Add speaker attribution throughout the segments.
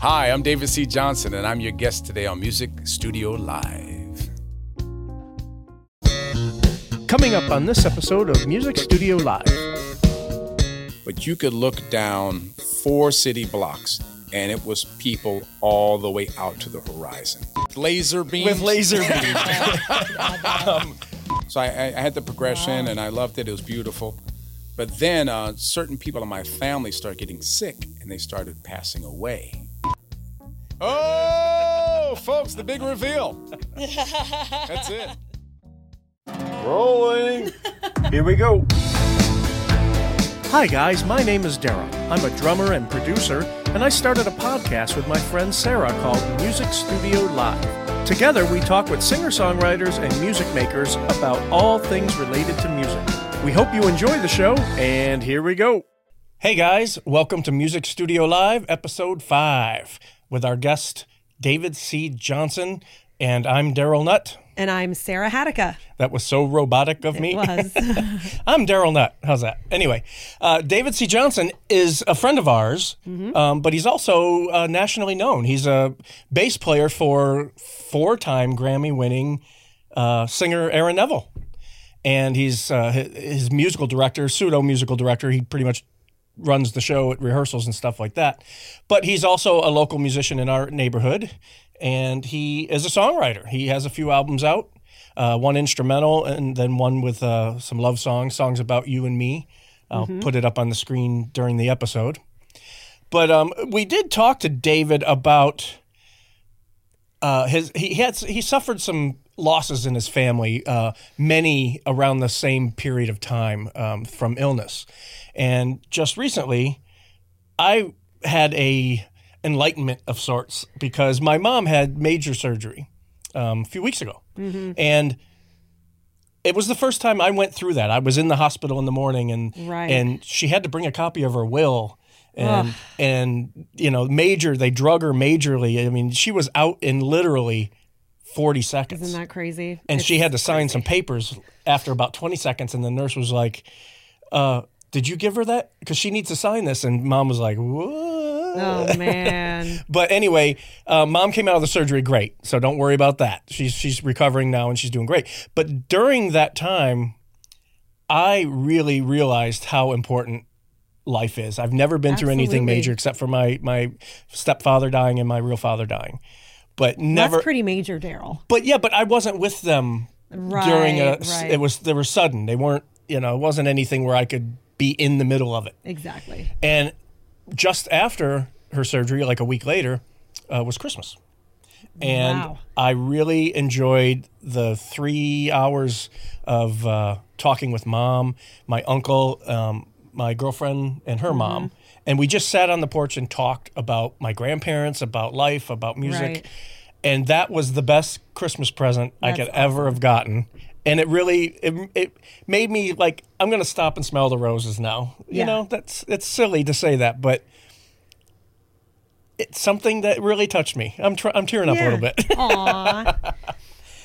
Speaker 1: Hi, I'm David C. Johnson, and I'm your guest today on Music Studio Live.
Speaker 2: Coming up on this episode of Music Studio Live.
Speaker 1: But you could look down four city blocks, and it was people all the way out to the horizon. Laser beams.
Speaker 3: with laser beams.
Speaker 1: So I, I I had the progression, and I loved it. It was beautiful. But then uh, certain people in my family started getting sick, and they started passing away. Oh, folks, the big reveal. That's it.
Speaker 3: Rolling. Here we go.
Speaker 2: Hi, guys, my name is Daryl. I'm a drummer and producer, and I started a podcast with my friend Sarah called Music Studio Live. Together, we talk with singer songwriters and music makers about all things related to music. We hope you enjoy the show, and here we go. Hey, guys, welcome to Music Studio Live, episode five, with our guest, David C. Johnson, and I'm Daryl Nutt.
Speaker 4: And I'm Sarah Hattica.
Speaker 2: That was so robotic of me.
Speaker 4: Was
Speaker 2: I'm Daryl Nutt. How's that? Anyway, uh, David C. Johnson is a friend of ours, um, but he's also uh, nationally known. He's a bass player for four time Grammy winning uh, singer Aaron Neville. And he's uh, hi- his musical director, pseudo musical director. He pretty much runs the show at rehearsals and stuff like that. But he's also a local musician in our neighborhood, and he is a songwriter. He has a few albums out, uh, one instrumental, and then one with uh, some love songs, songs about you and me. I'll put it up on the screen during the episode. But um, we did talk to David about uh, his he had he suffered some losses in his family, uh, many around the same period of time um, from illness, and just recently, I had a enlightenment of sorts because my mom had major surgery um, a few weeks ago, and it was the first time I went through that. I was in the hospital in the morning, and
Speaker 4: Right.
Speaker 2: and she had to bring a copy of her will. And, and you know major they drug her majorly i mean she was out in literally 40 seconds
Speaker 4: Isn't that crazy?
Speaker 2: and
Speaker 4: It's-
Speaker 2: she had to sign some papers after about 20 seconds and the nurse was like uh, did you give her that because she needs to sign this and mom was like what
Speaker 4: Oh man.
Speaker 2: but anyway, uh, mom came out of the surgery great, so don't worry about that. She's she's recovering now and she's doing great. But during that time, I really realized how important life is. I've never been through anything
Speaker 4: Absolutely.
Speaker 2: major except for my my stepfather dying and my real father dying, but never.
Speaker 4: That's pretty major, Daryl.
Speaker 2: but yeah, but I wasn't with them
Speaker 4: Right.
Speaker 2: during a.
Speaker 4: right.
Speaker 2: It was they were sudden. They weren't. You know, it wasn't anything where I could be in the middle of it.
Speaker 4: exactly.
Speaker 2: And just after her surgery, like a week later, uh, was Christmas. And
Speaker 4: Wow.
Speaker 2: I really enjoyed the three hours of uh, talking with mom, my uncle, um, my girlfriend, and her mom.
Speaker 4: Mm-hmm.
Speaker 2: And we just sat on the porch and talked about my grandparents, about life, about music.
Speaker 4: Right.
Speaker 2: And that was the best Christmas present I could
Speaker 4: That's
Speaker 2: ever have gotten. And it really it, it made me like I'm gonna stop and smell the roses now. You
Speaker 4: Yeah.
Speaker 2: know that's it's silly to say that, but it's something that really touched me. I'm tr- I'm tearing up a little bit.
Speaker 4: Aw.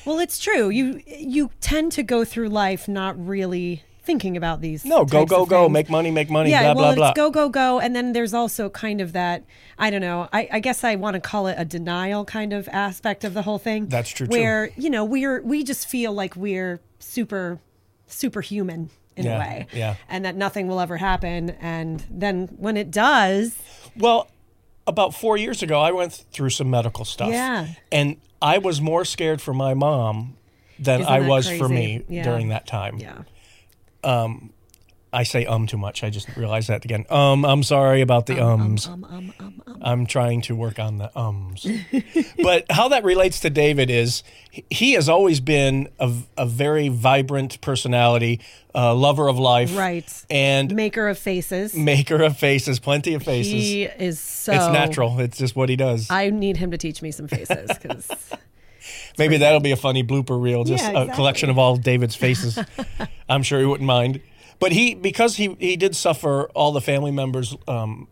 Speaker 4: Well, it's true. You you tend to go through life not really thinking about these.
Speaker 2: no, go
Speaker 4: types
Speaker 2: go
Speaker 4: of
Speaker 2: go,
Speaker 4: things.
Speaker 2: make money, make money,
Speaker 4: yeah,
Speaker 2: blah
Speaker 4: well,
Speaker 2: blah
Speaker 4: it's
Speaker 2: blah.
Speaker 4: go go go, and then there's also kind of that I don't know. I, I guess I want to call it a denial kind of aspect of the whole thing.
Speaker 2: That's true, too.
Speaker 4: Where you know we're we just feel like we're super superhuman in
Speaker 2: Yeah,
Speaker 4: a way,
Speaker 2: yeah.
Speaker 4: and that nothing will ever happen, and then when it does,
Speaker 2: well, about four years ago, I went through some medical stuff.
Speaker 4: Yeah.
Speaker 2: and I was more scared for my mom than
Speaker 4: Isn't
Speaker 2: I
Speaker 4: that
Speaker 2: was for
Speaker 4: crazy?
Speaker 2: me
Speaker 4: Yeah.
Speaker 2: during that time.
Speaker 4: yeah,
Speaker 2: I say um too much. I just realized that again. Um, I'm sorry about the ums.
Speaker 4: um, um, um, um,
Speaker 2: I'm trying to work on the ums. but how that relates to David is he- he has always been a, a very vibrant personality, a lover of life,
Speaker 4: right.
Speaker 2: and
Speaker 4: Maker of faces.
Speaker 2: maker of faces, plenty of faces.
Speaker 4: He is so.
Speaker 2: it's natural. It's just what he does.
Speaker 4: I need him to teach me some faces because
Speaker 2: Maybe that'll be a funny blooper reel, just
Speaker 4: Yeah,
Speaker 2: a
Speaker 4: exactly.
Speaker 2: collection of all David's faces. I'm sure he wouldn't mind. But he, because he, he did suffer all the family members um,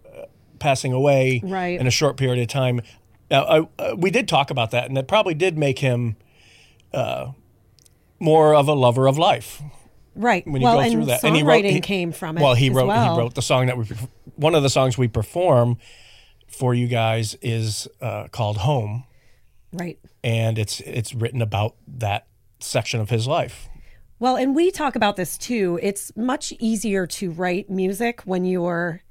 Speaker 2: passing away
Speaker 4: Right.
Speaker 2: in a short period of time. Now, I, uh, we did talk about that, and that probably did make him uh, more of a lover of life
Speaker 4: right.
Speaker 2: when you
Speaker 4: well,
Speaker 2: go
Speaker 4: and
Speaker 2: through that.
Speaker 4: songwriting
Speaker 2: he wrote he-
Speaker 4: came from it.
Speaker 2: Well, he
Speaker 4: as
Speaker 2: wrote
Speaker 4: well.
Speaker 2: he wrote the song that we perf- one of the songs we perform for you guys is uh, called Home,
Speaker 4: Right.
Speaker 2: and it's it's written about that section of his life.
Speaker 4: Well, and we talk about this too. It's much easier to write music when you're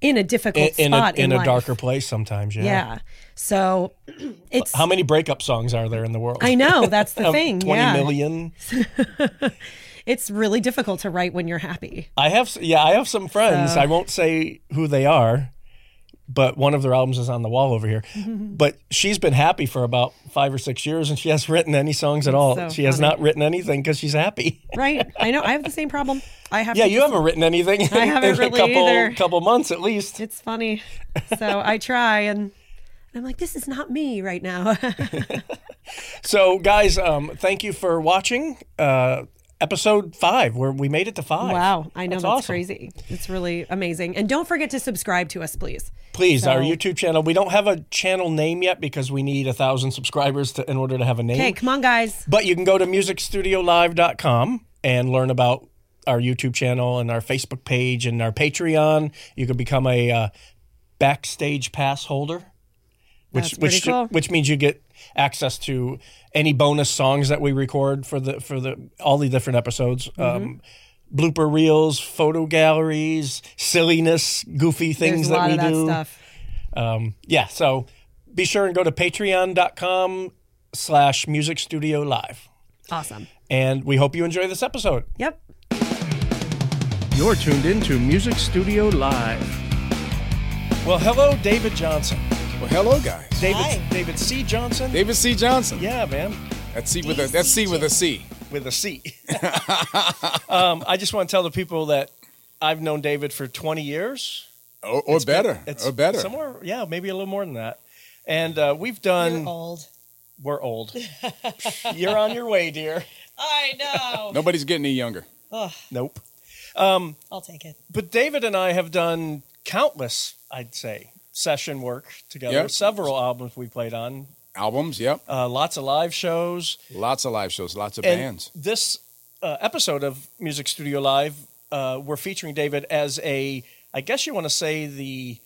Speaker 4: in a
Speaker 2: In,
Speaker 4: difficult
Speaker 2: in a,
Speaker 4: spot in,
Speaker 2: in a
Speaker 4: life.
Speaker 2: darker place sometimes, yeah.
Speaker 4: Yeah. So it's
Speaker 2: How many breakup songs are there in the world?
Speaker 4: I know that's the
Speaker 2: Of
Speaker 4: thing.
Speaker 2: 20
Speaker 4: yeah.
Speaker 2: million?
Speaker 4: It's really difficult to write when you're happy.
Speaker 2: I have s- yeah, I have some friends. I won't say who they are, but one of their albums is on the wall over here. but she's been happy for about 5 or 6 years and she hasn't written any songs at all.
Speaker 4: so
Speaker 2: she has
Speaker 4: funny.
Speaker 2: not written anything cuz she's happy.
Speaker 4: Right? I know I have the same problem. I have
Speaker 2: Yeah,
Speaker 4: to
Speaker 2: you haven't written anything in,
Speaker 4: I haven't
Speaker 2: in
Speaker 4: really
Speaker 2: a couple
Speaker 4: either.
Speaker 2: couple months at least.
Speaker 4: it's funny. So I try and I'm like this is not me right now.
Speaker 2: So, guys, um, thank you for watching uh, episode five, where we made it to five.
Speaker 4: wow, I know that's,
Speaker 2: awesome.
Speaker 4: crazy. It's really amazing. And don't forget to subscribe to us, please.
Speaker 2: Please, our YouTube channel. We don't have a channel name yet because we need a thousand subscribers to, in order to have a name.
Speaker 4: Hey, come on guys.
Speaker 2: But you can go to musicstudiolive.com and learn about our YouTube channel and our Facebook page and our Patreon. You can become a uh, backstage pass holder, which
Speaker 4: That's pretty
Speaker 2: which
Speaker 4: cool.
Speaker 2: which means you get access to any bonus songs that we record for the for the all the different episodes.
Speaker 4: Mm-hmm.
Speaker 2: Um, blooper reels, photo galleries, silliness, goofy things
Speaker 4: There's a lot
Speaker 2: that we
Speaker 4: of that
Speaker 2: do.
Speaker 4: stuff.
Speaker 2: Um, yeah, so be sure and go to patreon.com slash music studio live.
Speaker 4: Awesome.
Speaker 2: And we hope you enjoy this episode.
Speaker 4: Yep.
Speaker 2: You're tuned in to Music Studio Live. Well, hello, David Johnson.
Speaker 1: Well, hello, guys.
Speaker 2: David, David C. Johnson.
Speaker 1: David C. Johnson.
Speaker 2: Yeah, man,
Speaker 1: That's C with a that's C with a C.
Speaker 2: with a C. um, I just want to tell the people that I've known David for 20 years.
Speaker 1: Or, or better.
Speaker 2: It's
Speaker 1: or better.
Speaker 2: Somewhere, yeah, maybe a little more than that. And uh, we've done.
Speaker 5: You're old.
Speaker 2: We're old. You're on your way, dear.
Speaker 5: I know.
Speaker 1: Nobody's getting any younger.
Speaker 2: Nope.
Speaker 5: I'll take it.
Speaker 2: But David and I have done countless, I'd say, session work together.
Speaker 1: Yeah.
Speaker 2: Several albums we played on,
Speaker 1: Albums, yep.
Speaker 2: uh, lots of live shows.
Speaker 1: Lots of live shows, lots of
Speaker 2: and
Speaker 1: bands.
Speaker 2: this uh, episode of Music Studio Live, uh, we're featuring David as a, I guess you want to say the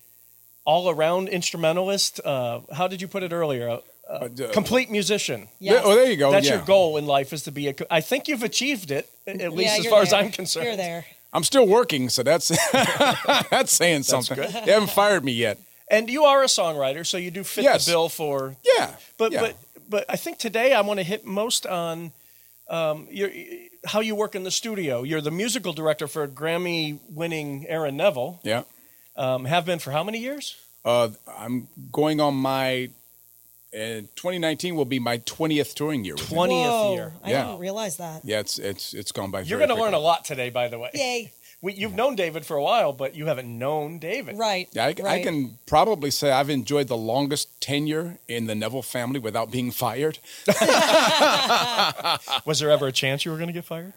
Speaker 2: all-around instrumentalist. Uh, how did you put it earlier? A- A,
Speaker 1: Uh, d-
Speaker 2: complete musician.
Speaker 5: Yes.
Speaker 1: Oh, there you go.
Speaker 2: That's
Speaker 1: yeah.
Speaker 2: your goal in life is to be a. co- I think you've achieved it, at least
Speaker 5: Yeah,
Speaker 2: as
Speaker 5: you're
Speaker 2: far as
Speaker 5: there.
Speaker 2: I'm concerned.
Speaker 5: You're there.
Speaker 1: I'm still working, so that's that's saying something.
Speaker 2: good.
Speaker 1: They haven't fired me yet.
Speaker 2: And you are a songwriter, so you do fit
Speaker 1: Yes.
Speaker 2: the bill for
Speaker 1: Yeah.
Speaker 2: But
Speaker 1: yeah.
Speaker 2: but but I think today I want to hit most on um, your, how you work in the studio. You're the musical director for Grammy-winning Aaron Neville.
Speaker 1: yeah.
Speaker 2: Um, have been for how many years?
Speaker 1: Uh, I'm going on my uh, 2019 will be my 20th touring year. With them.
Speaker 2: Twentieth
Speaker 5: Whoa,
Speaker 2: year.
Speaker 5: I
Speaker 1: Yeah.
Speaker 5: didn't realize that.
Speaker 1: Yeah, it's it's it's gone by.
Speaker 2: You're
Speaker 1: very
Speaker 2: going to learn a
Speaker 1: quickly.
Speaker 2: lot today, by the way.
Speaker 5: Yay.
Speaker 2: We, you've known David for a while, but you haven't known David.
Speaker 5: Right.
Speaker 1: Yeah, I, I
Speaker 5: right.
Speaker 1: can probably say I've enjoyed the longest tenure in the Neville family without being fired.
Speaker 2: Was there ever a chance you were going to get fired?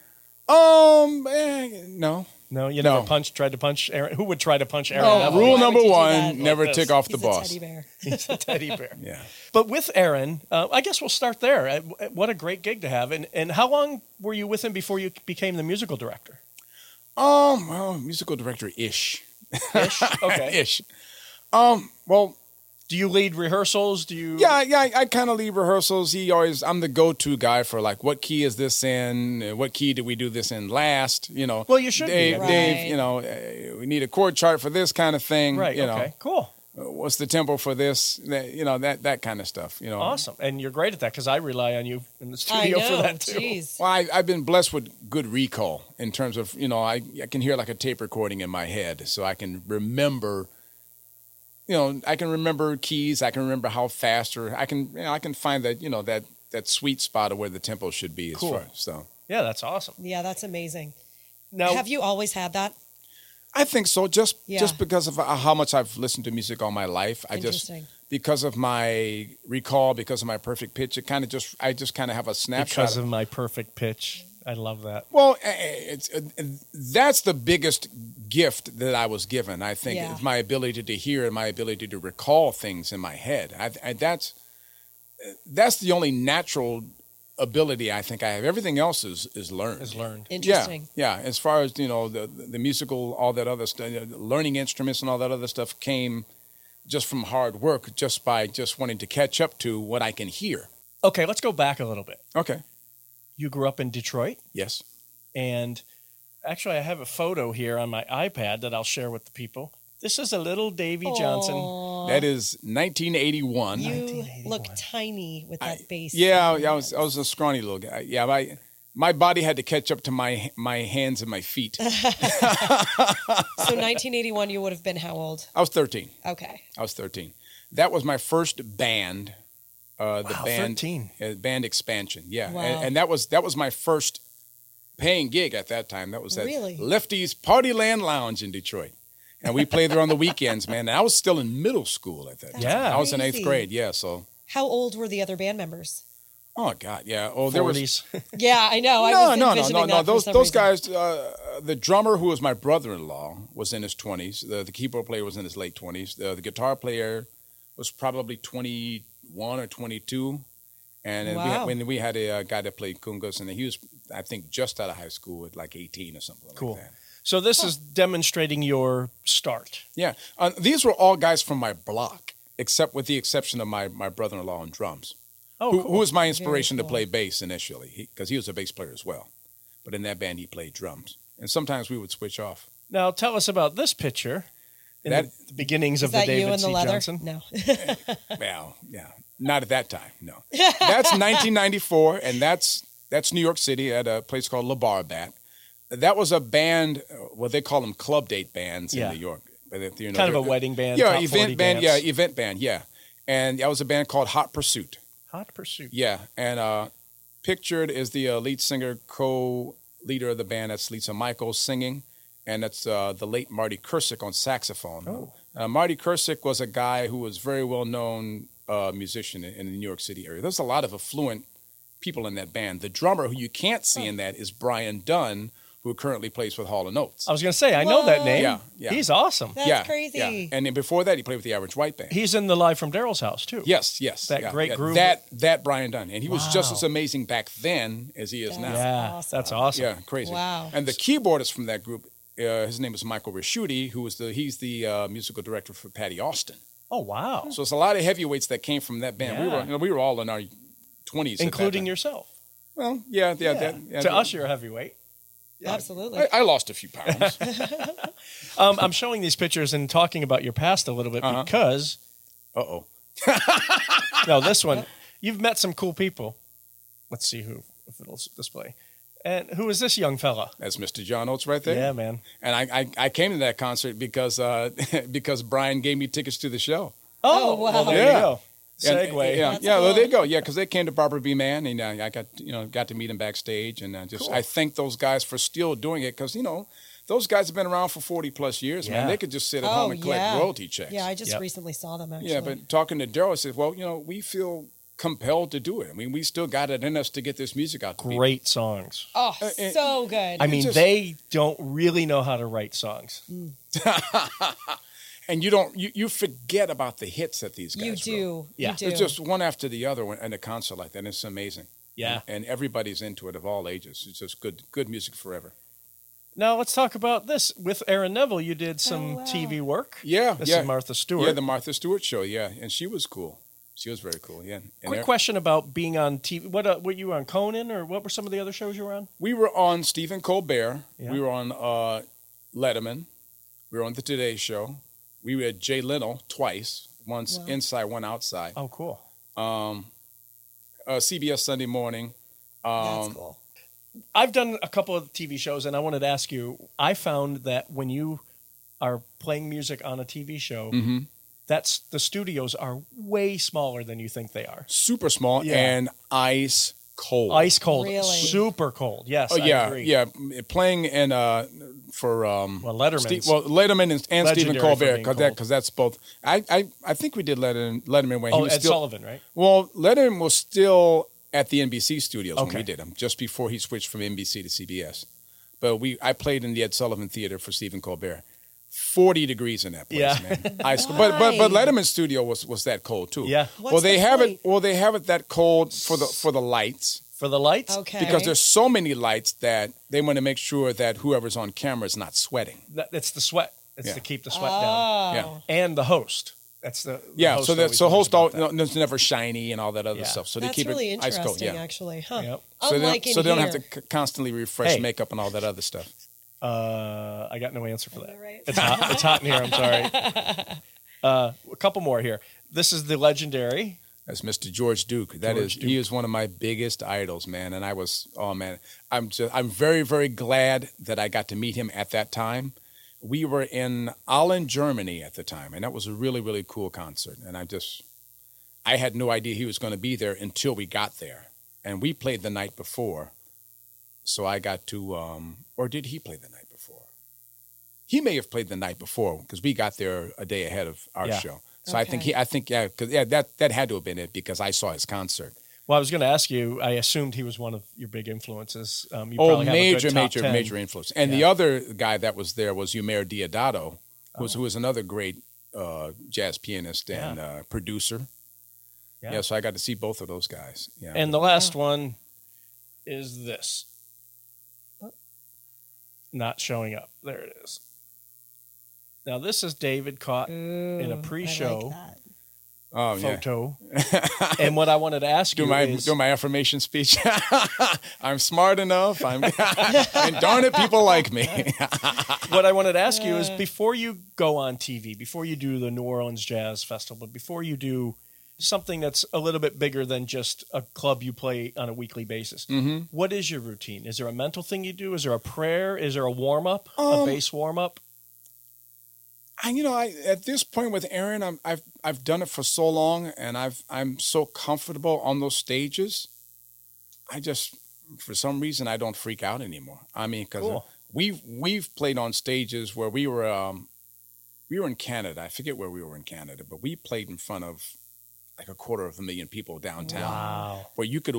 Speaker 1: Um, eh, no.
Speaker 2: No, you
Speaker 1: No.
Speaker 2: never punched, tried to punch Aaron. Who would try to punch Aaron?
Speaker 5: Oh,
Speaker 2: Neville?
Speaker 1: Rule
Speaker 5: would
Speaker 1: number
Speaker 5: you do
Speaker 1: one:
Speaker 5: that?
Speaker 1: never
Speaker 2: Like this.
Speaker 1: tick off the
Speaker 5: He's a
Speaker 1: boss.
Speaker 5: teddy bear.
Speaker 2: He's a teddy bear.
Speaker 1: Yeah.
Speaker 2: But with Aaron, uh, I guess we'll start there. Uh, What a great gig to have. And, and how long were you with him before you became the musical director?
Speaker 1: Um, well, musical director ish,
Speaker 2: Ish? Okay.
Speaker 1: ish. Um, well,
Speaker 2: Do you lead rehearsals? Do you?
Speaker 1: Yeah, yeah, I, I kind of leave rehearsals. He always, I'm the go-to guy for like, what key is this in? Uh, What key did we do this in last? You know.
Speaker 2: Well, you should be,
Speaker 1: Dave,
Speaker 5: right?
Speaker 1: Dave,
Speaker 5: Right.
Speaker 1: you know, uh, we need a chord chart for this kind of thing.
Speaker 2: Right.
Speaker 1: You
Speaker 2: okay. Cool.
Speaker 1: know, uh, what's the tempo for this? That, you know, that that kind of stuff. You know.
Speaker 2: Awesome. And you're great at that because I rely on you in the
Speaker 5: I
Speaker 2: studio
Speaker 5: know.
Speaker 2: for that too.
Speaker 5: Jeez.
Speaker 1: Well, I, I've been blessed with good recall in terms of, you know, I, I can hear like a tape recording in my head, so I can remember. You know, I can remember keys. I can remember how fast, or I can, you know, I can find that, you know, that that sweet spot of where the tempo should be. As
Speaker 2: Cool.
Speaker 1: far, so
Speaker 2: Yeah, that's awesome.
Speaker 5: Yeah, that's amazing.
Speaker 2: Now,
Speaker 5: Have you always had that?
Speaker 1: I think so. Just
Speaker 5: Yeah.
Speaker 1: just because of uh, how much I've listened to music all my life, I just
Speaker 5: Interesting.
Speaker 1: because of my recall, because of my perfect pitch, it kind of just I just kind of have a snapshot.
Speaker 2: because
Speaker 1: of-
Speaker 2: of my perfect pitch, I love that.
Speaker 1: well, eh, eh, it's eh, that's the biggest gift that I was given. I think
Speaker 5: Yeah.
Speaker 1: is my ability to hear and my ability to recall things in my head. I, I, that's eh, that's the only natural ability I think I have. Everything else is is learned.
Speaker 2: Is learned.
Speaker 5: Interesting.
Speaker 1: Yeah, yeah. As far as you know, the the musical, all that other stuff, learning instruments and all that other stuff came just from hard work, just by just wanting to catch up to what I can hear.
Speaker 2: Okay, let's go back a little bit.
Speaker 1: Okay.
Speaker 2: You grew up in Detroit,
Speaker 1: Yes.
Speaker 2: and actually, I have a photo here on my iPad that I'll share with the people. This is a little Davy Johnson.
Speaker 1: That is 1981.
Speaker 5: You
Speaker 2: 1981.
Speaker 5: look tiny with that bass.
Speaker 1: yeah, I was I was a scrawny little guy. Yeah, my my body had to catch up to my my hands and my feet.
Speaker 5: So 1981, you would have been how old?
Speaker 1: I was 13.
Speaker 5: Okay.
Speaker 1: I was 13. That was my first band. Uh, the
Speaker 2: Wow,
Speaker 1: band
Speaker 2: 13.
Speaker 1: uh, band expansion. Yeah,
Speaker 5: Wow.
Speaker 1: and, and that was that was my first paying gig at that time. That was at
Speaker 5: Really?
Speaker 1: Lefty's Party Land Lounge in Detroit, and we played there on the weekends, man. And I was still in middle school at that. time.
Speaker 2: Yeah.
Speaker 1: I was in eighth
Speaker 5: Crazy.
Speaker 1: grade. Yeah, so
Speaker 5: How old were the other band members?
Speaker 1: oh god, yeah. Oh, there was
Speaker 2: 40s.
Speaker 5: Yeah, Oh, I know. I was envisioning that for
Speaker 1: Those
Speaker 5: some
Speaker 1: those
Speaker 5: reason.
Speaker 1: guys. Uh, the drummer, who was my brother-in-law, was in his twenties. The, the keyboard player was in his late twenties. The, the guitar player was probably twenty-one or twenty-two. And then we
Speaker 5: Wow.
Speaker 1: had, when we had a uh, guy that played kungas, and he was, I think, just out of high school at like eighteen or something.
Speaker 2: Cool.
Speaker 1: Like that.
Speaker 2: So this is demonstrating your start.
Speaker 1: Yeah, uh, these were all guys from my block, except with the exception of my my brother-in-law on drums.
Speaker 2: Oh,
Speaker 1: who,
Speaker 2: cool.
Speaker 1: who was my inspiration to
Speaker 5: cool.
Speaker 1: play bass initially because he, was a bass player as well but in that band he played drums and sometimes we would switch off
Speaker 2: Now tell us about this picture. In
Speaker 1: That-
Speaker 2: the, the beginnings
Speaker 5: Is
Speaker 2: of the
Speaker 5: that
Speaker 2: David
Speaker 5: you in
Speaker 2: C.
Speaker 5: the leather?
Speaker 2: Johnson.
Speaker 5: No.
Speaker 1: well yeah not at that time no that's 1994 and that's that's new york city at a place called la barbat that was a band uh, well they call them club date bands
Speaker 2: Yeah.
Speaker 1: in new york but if, you know,
Speaker 2: Kind of a
Speaker 1: they're-
Speaker 2: wedding band.
Speaker 1: yeah
Speaker 2: top 40
Speaker 1: event band
Speaker 2: dance.
Speaker 1: yeah event band yeah and that was a band called hot pursuit
Speaker 2: Hot Pursuit.
Speaker 1: Yeah, and uh, pictured is the uh, lead singer, co-leader of the band. That's Lisa Michaels singing, and that's uh, the late Marty Kursick on saxophone.
Speaker 2: Oh.
Speaker 1: Uh, Marty Kursick was a guy who was very well known uh, musician in, in the New York City area. There's a lot of affluent people in that band. The drummer who you can't see in that is Brian Dunn, who currently plays with Hall and Oates.
Speaker 2: I was going to say, I know that
Speaker 5: Whoa.
Speaker 2: name.
Speaker 1: Yeah, yeah.
Speaker 2: He's awesome.
Speaker 5: That's
Speaker 1: yeah,
Speaker 5: crazy.
Speaker 1: Yeah. And then before that, he played with the Average White Band.
Speaker 2: He's in the Live from Daryl's house, too.
Speaker 1: Yes, yes.
Speaker 2: That great groove.
Speaker 1: That that Brian Dunn. And he was just
Speaker 2: Wow.
Speaker 1: as amazing back then as he is now.
Speaker 5: That's
Speaker 2: Yeah,
Speaker 5: awesome.
Speaker 2: that's awesome.
Speaker 1: Yeah, crazy.
Speaker 5: Wow.
Speaker 1: And the keyboardist from that group, uh, his name is Michael Raschuti, who was the he's the uh, musical director for Patty Austin.
Speaker 2: Oh, wow.
Speaker 1: So it's a lot of heavyweights that came from that band. We were
Speaker 2: Yeah.
Speaker 1: you know, we were all in our twenties,
Speaker 2: Including yourself.
Speaker 1: Well, yeah, yeah, that- yeah.
Speaker 2: to us, you're a heavyweight.
Speaker 5: Absolutely.
Speaker 1: I, I lost a few pounds.
Speaker 2: Um, I'm showing these pictures and talking about your past a little bit
Speaker 1: Uh-huh.
Speaker 2: because,
Speaker 1: uh oh.
Speaker 2: no, this one, you've met some cool people. Let's see who, if it'll s- display. And who is this young fella?
Speaker 1: That's Mr. John Oates right there.
Speaker 2: Yeah, man.
Speaker 1: And I, I, I came to that concert because uh, because Brian gave me tickets to the show.
Speaker 2: Oh,
Speaker 5: Oh, wow.
Speaker 2: Well, there
Speaker 1: Yeah.
Speaker 2: you go.
Speaker 1: And-
Speaker 2: Segway.
Speaker 1: yeah,
Speaker 5: That's
Speaker 1: yeah. Well,
Speaker 5: cool.
Speaker 1: there you go. Yeah, because they came to Barbara B. Man, and uh, I got you know got to meet him backstage, and I just
Speaker 2: Cool.
Speaker 1: I thank those guys for still doing it because you know those guys have been around for forty plus years,
Speaker 2: Yeah.
Speaker 1: man. They could just sit at
Speaker 5: Oh,
Speaker 1: home and collect
Speaker 5: yeah.
Speaker 1: royalty checks.
Speaker 5: yeah, I just
Speaker 2: Yep.
Speaker 5: recently saw them actually.
Speaker 1: yeah. But talking to Daryl, I said, well, you know, we feel compelled to do it. I mean, we still got it in us to get this music out. to people.
Speaker 2: Great songs.
Speaker 5: oh,
Speaker 1: Uh, uh,
Speaker 5: so good.
Speaker 2: I mean,
Speaker 1: just-
Speaker 2: they don't really know how to write songs.
Speaker 1: And you don't you, you forget about the hits that these guys
Speaker 5: you
Speaker 1: wrote.
Speaker 5: do.
Speaker 2: Yeah.
Speaker 5: You do.
Speaker 1: It's just one after the other when- in a concert like that. It's amazing.
Speaker 2: Yeah.
Speaker 1: And everybody's into it of all ages. It's just good good music forever.
Speaker 2: Now let's talk about this. With Aaron Neville, you did some
Speaker 5: Oh, wow.
Speaker 2: TV work.
Speaker 1: Yeah.
Speaker 2: This
Speaker 1: yeah.
Speaker 2: is Martha Stewart.
Speaker 1: Yeah, the Martha Stewart show. Yeah, and she was cool. She was very cool. Yeah. And
Speaker 2: Quick
Speaker 1: there-
Speaker 2: question about being on TV. What uh, were you on Conan, or what were some of the other shows you were on?
Speaker 1: we were on Stephen Colbert.
Speaker 2: Yeah.
Speaker 1: We were on uh, Letterman. We were on the Today Show. We were at Jay Leno twice. Once
Speaker 5: Wow.
Speaker 1: inside, one outside.
Speaker 2: Oh, cool.
Speaker 1: Um, uh, CBS Sunday Morning.
Speaker 5: That's
Speaker 1: Um,
Speaker 5: cool.
Speaker 2: I've done a couple of TV shows, and I wanted to ask you. I found that when you are playing music on a TV show,
Speaker 1: mhm.
Speaker 2: that's the studios are way smaller than you think they are.
Speaker 1: Super small
Speaker 2: Yeah.
Speaker 1: and ice cold.
Speaker 2: Ice cold,
Speaker 5: Really?
Speaker 2: super cold. Yes.
Speaker 1: Oh
Speaker 2: I
Speaker 1: yeah,
Speaker 2: agree.
Speaker 1: yeah. Playing in uh, for um,
Speaker 2: Well, Letterman's-
Speaker 1: Ste- well, Letterman and, and Stephen
Speaker 2: Legendary for
Speaker 1: Colbert
Speaker 2: being
Speaker 1: because
Speaker 2: cold.
Speaker 1: that because that's both. I, I I think we did Letterman, Letterman when he
Speaker 2: Oh,
Speaker 1: was
Speaker 2: Ed
Speaker 1: still
Speaker 2: Sullivan, right?
Speaker 1: Well, Letterman was still at the NBC studios when
Speaker 2: Okay.
Speaker 1: we did him, just before he switched from NBC to CBS. But we, I played in the Ed Sullivan Theater for Stephen Colbert. Forty degrees in that place,
Speaker 2: Yeah.
Speaker 1: man. I, but but but
Speaker 5: Why?
Speaker 1: Letterman's studio was was that cold too.
Speaker 2: Yeah.
Speaker 5: What's
Speaker 1: well, they
Speaker 5: the
Speaker 1: have
Speaker 5: point?
Speaker 1: it. Well, they have it that cold for the for the lights
Speaker 2: For the lights.
Speaker 5: Okay.
Speaker 1: because there's so many lights that they want to make sure that whoever's on camera is not sweating.
Speaker 2: That, it's the sweat. It's
Speaker 1: Yeah.
Speaker 2: to keep the
Speaker 5: oh.
Speaker 2: sweat down.
Speaker 1: Yeah.
Speaker 2: And the host. That's the, the
Speaker 1: yeah,
Speaker 2: host
Speaker 1: so that
Speaker 2: always
Speaker 1: so
Speaker 2: worries
Speaker 1: host
Speaker 2: about
Speaker 1: all
Speaker 2: that.
Speaker 1: no, it's never shiny and all that other
Speaker 2: Yeah.
Speaker 1: stuff. So
Speaker 5: That's
Speaker 1: they keep
Speaker 5: really
Speaker 1: it ice
Speaker 5: interesting,
Speaker 1: cold. Yeah,
Speaker 5: actually, huh?
Speaker 2: Yep.
Speaker 1: so they
Speaker 5: Unlike
Speaker 1: don't, so
Speaker 5: in
Speaker 1: they don't
Speaker 5: here.
Speaker 1: have to c- constantly refresh
Speaker 2: Hey.
Speaker 1: makeup and all that other stuff.
Speaker 2: Uh, I got no answer for that.
Speaker 5: right?
Speaker 2: It's hot. it's hot in here. I'm sorry. Uh, a couple more here. This is the legendary.
Speaker 1: That's Mr. George Duke. That
Speaker 2: George
Speaker 1: is, he is one of my biggest idols, man. And I was, oh man, I'm just, I'm very, very glad that I got to meet him at that time. We were in Aalen, Germany at the time, and that was a really, really cool concert. And I just, I had no idea he was going to be there until we got there, and we played the night before. So I got to, um, or did he play the night before? He may have played the night before because we got there a day ahead of our
Speaker 2: Yeah.
Speaker 1: show. So I think
Speaker 5: Okay.
Speaker 1: he, I think yeah, because yeah, that that had to have been it because I saw his concert.
Speaker 2: Well, I was going to ask you. I assumed he was one of your big influences. Um, you
Speaker 1: oh,
Speaker 2: probably have a good
Speaker 1: major,
Speaker 2: top
Speaker 1: major,
Speaker 2: 10.
Speaker 1: major influence. And the
Speaker 2: Yeah.
Speaker 1: other guy that was there was Umair Diodato, who
Speaker 2: Oh.
Speaker 1: was, who was another great uh, jazz pianist and uh, producer.
Speaker 2: Yeah.
Speaker 1: Yeah. so I got to see both of those guys. Yeah,
Speaker 2: And the last one is this. Not showing up. There it is. Now this is David caught in
Speaker 5: Ooh, I
Speaker 2: a
Speaker 5: like
Speaker 2: pre-show
Speaker 5: that.
Speaker 1: oh yeah.
Speaker 2: photo. and what I wanted to ask
Speaker 1: Do
Speaker 2: you
Speaker 1: my
Speaker 2: is,
Speaker 1: do my affirmation speech. I'm smart enough. I'm and darn it, people like me.
Speaker 2: what I wanted to ask you is before you go on TV, before you do the New Orleans Jazz Festival, before you do something that's a little bit bigger than just a club you play on a weekly basis,
Speaker 1: Mm-hmm.
Speaker 2: what is your routine? Is there a mental thing you do? Is there a prayer? Is there a warm up, a
Speaker 1: Um,
Speaker 2: bass warm up?
Speaker 1: I, you know, I at this point with Aaron, I'm, I've I've done it for so long, and I've I'm so comfortable on those stages. I just, for some reason, I don't freak out anymore. I mean, because
Speaker 2: Cool.
Speaker 1: we've we've played on stages where we were um, we were in Canada. I forget where we were in Canada, but we played in front of like a quarter of a million people downtown where you could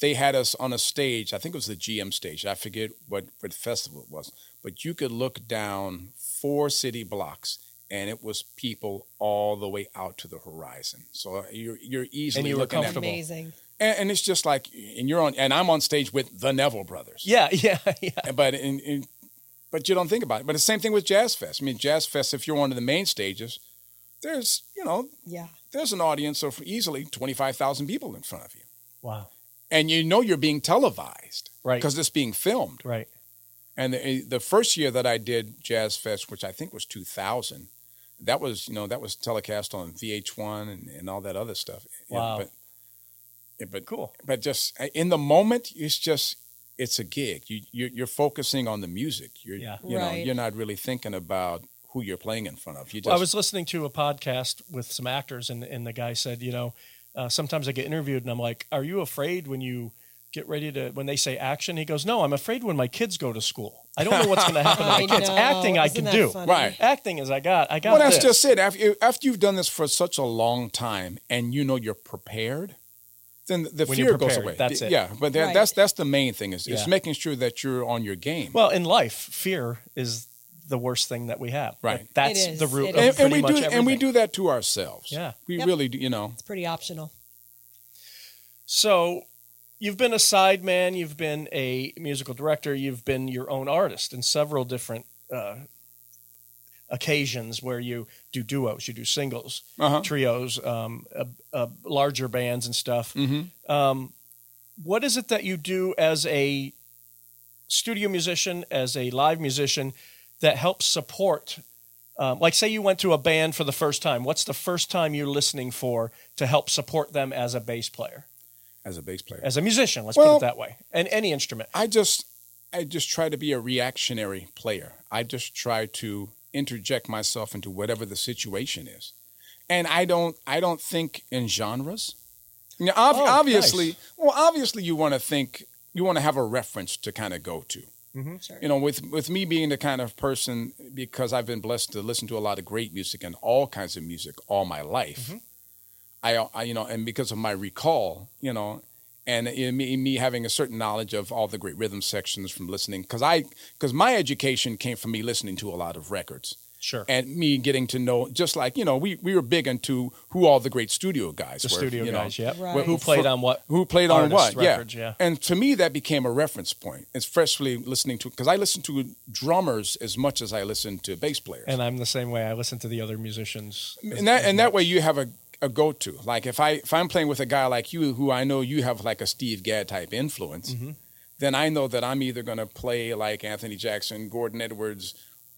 Speaker 1: they had us on a stage i think it was the gm stage i forget what, what festival it was but you could look down four city blocks and it was people all the way out to the horizon so uh, you're, you're easily
Speaker 2: And you were
Speaker 1: looking at
Speaker 2: comfortable.
Speaker 5: Amazing.
Speaker 1: and, and it's just like and you're on and i'm on stage with the neville brothers
Speaker 2: Yeah, yeah, yeah.
Speaker 1: And- but in, in, but you don't think about it but the same thing with jazz fest i mean jazz fest if you're one of the main stages there's you know
Speaker 5: Yeah.
Speaker 1: there's an audience of easily 25000 people in front of you
Speaker 2: Wow.
Speaker 1: and you know you're being televised
Speaker 2: Right.
Speaker 1: because it's being filmed
Speaker 2: Right.
Speaker 1: and the, the first year that i did jazz fest which i think was 2000 that was you know that was telecast on vh1 and, and all that other stuff You know,
Speaker 2: Wow.
Speaker 1: but yeah, but
Speaker 2: Cool.
Speaker 1: but just uh, in the moment it's just it's a gig you you're, you're focusing on the music you're
Speaker 2: Yeah.
Speaker 1: you know
Speaker 5: Right.
Speaker 1: you're not really thinking about who you're playing in front of you just
Speaker 2: Well, I was listening to a podcast with some actors, and, and the guy said, you know, uh, sometimes I get interviewed, and I'm like, are you afraid when you get ready to when they say action? He goes, no, I'm afraid when my kids go to school. I don't know what's going to happen to my kids.
Speaker 5: know.
Speaker 2: Acting I
Speaker 5: Isn't
Speaker 2: can
Speaker 5: that
Speaker 2: do.
Speaker 5: funny?
Speaker 1: Right.
Speaker 2: Acting is I got. I got.
Speaker 1: well, that's
Speaker 2: this.
Speaker 1: just it. After, after you've done this for such a long time and you know you're prepared, then the
Speaker 2: When
Speaker 1: fear
Speaker 2: you're
Speaker 1: goes
Speaker 2: prepared,
Speaker 1: away.
Speaker 2: that's it.
Speaker 1: Yeah, but that,
Speaker 5: Right.
Speaker 1: that's that's the main thing is
Speaker 2: Yeah.
Speaker 1: it's making sure that you're on your game.
Speaker 2: Well, in life, fear is the worst thing that we have.
Speaker 1: Right.
Speaker 2: That's
Speaker 5: It is.
Speaker 2: the root
Speaker 5: It
Speaker 2: of
Speaker 5: is.
Speaker 1: and,
Speaker 2: pretty
Speaker 1: and we do
Speaker 2: much everything.
Speaker 1: and we do that to ourselves.
Speaker 2: Yeah.
Speaker 1: we
Speaker 5: Yep.
Speaker 1: really do. You know,
Speaker 5: It's pretty optional.
Speaker 2: So you've been a sideman, you've been a musical director, you've been your own artist in several different uh, occasions where you do duos, you do singles,
Speaker 1: uh-huh.
Speaker 2: trios, um, uh, uh, larger bands and stuff.
Speaker 1: Mhm.
Speaker 2: Um, what is it that you do as a studio musician, as a live musician, that helps support? Um, like, say you went to a band for the first time. What's the first time you're listening for to help support them as a bass player?
Speaker 1: as a bass player,
Speaker 2: as a musician. Let's put
Speaker 1: Well-
Speaker 2: it that way, and any instrument.
Speaker 1: I just I just try to be a reactionary player. I just try to interject myself into whatever the situation is. And I don't I don't think in genres. You know, ob-
Speaker 2: Oh,
Speaker 1: obviously,
Speaker 2: nice.
Speaker 1: well obviously you want to think you want to have a reference to kind of go to.
Speaker 5: Sure.
Speaker 1: You know, with with me being the kind of person because I've been blessed to listen to a lot of great music and all kinds of music all my life.
Speaker 2: Mm-hmm.
Speaker 1: I, I you know, and because of my recall, you know, and in me, me having a certain knowledge of all the great rhythm sections from listening, because I because my education came from me listening to a lot of records.
Speaker 2: Sure.
Speaker 1: and me getting to know just like you know we we were big into who all the great studio guys
Speaker 2: The
Speaker 1: were,
Speaker 2: studio
Speaker 1: you know.
Speaker 2: guys, yep.
Speaker 5: Right.
Speaker 2: Who played on what?
Speaker 1: who played on
Speaker 2: artist
Speaker 1: what
Speaker 2: records, yeah.
Speaker 1: and to me that became a reference point especially listening to because i listen to drummers as much as i listen to bass players
Speaker 2: And I'm the same way. I listen to the other musicians.
Speaker 1: and that and that way you have a, a go to. Like if I if I'm playing with a guy like you who I know you have like a Steve Gadd type influence,
Speaker 2: Mm-hmm.
Speaker 1: then I know that I'm either going to play like Anthony Jackson, Gordon Edwards,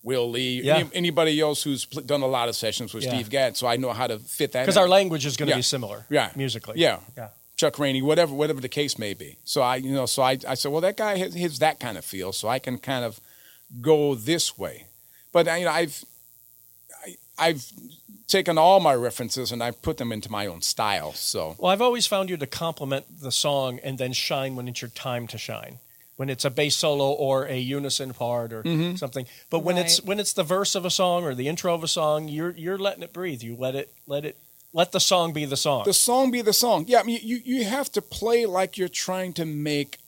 Speaker 1: Will Lee,
Speaker 2: Yeah.
Speaker 1: any- anybody else who's pl- done a lot of sessions with
Speaker 2: Yeah.
Speaker 1: Steve Gadd, so I know how to fit that.
Speaker 2: Because
Speaker 1: in.
Speaker 2: our language is going to
Speaker 1: Yeah.
Speaker 2: be similar.
Speaker 1: Yeah.
Speaker 2: Musically.
Speaker 1: Yeah.
Speaker 2: Yeah.
Speaker 1: Chuck Rainey, whatever whatever the case may be. So I you know so I I said well that guy has, has that kind of feel, so I can kind of go this way. But I- you know I've I, I've taken all my references and I've put them into my own style. So
Speaker 2: Well, I've always found you to complement the song and then shine when it's your time to shine. When it's a bass solo or a unison part or
Speaker 1: Mm-hmm.
Speaker 2: something. But when it's
Speaker 5: Right.
Speaker 2: when it's the verse of a song or the intro of a song, you're you're letting it breathe. You let it let it let the song be the song.
Speaker 1: the song be the song. Yeah, I mean you you have to play like you're trying to make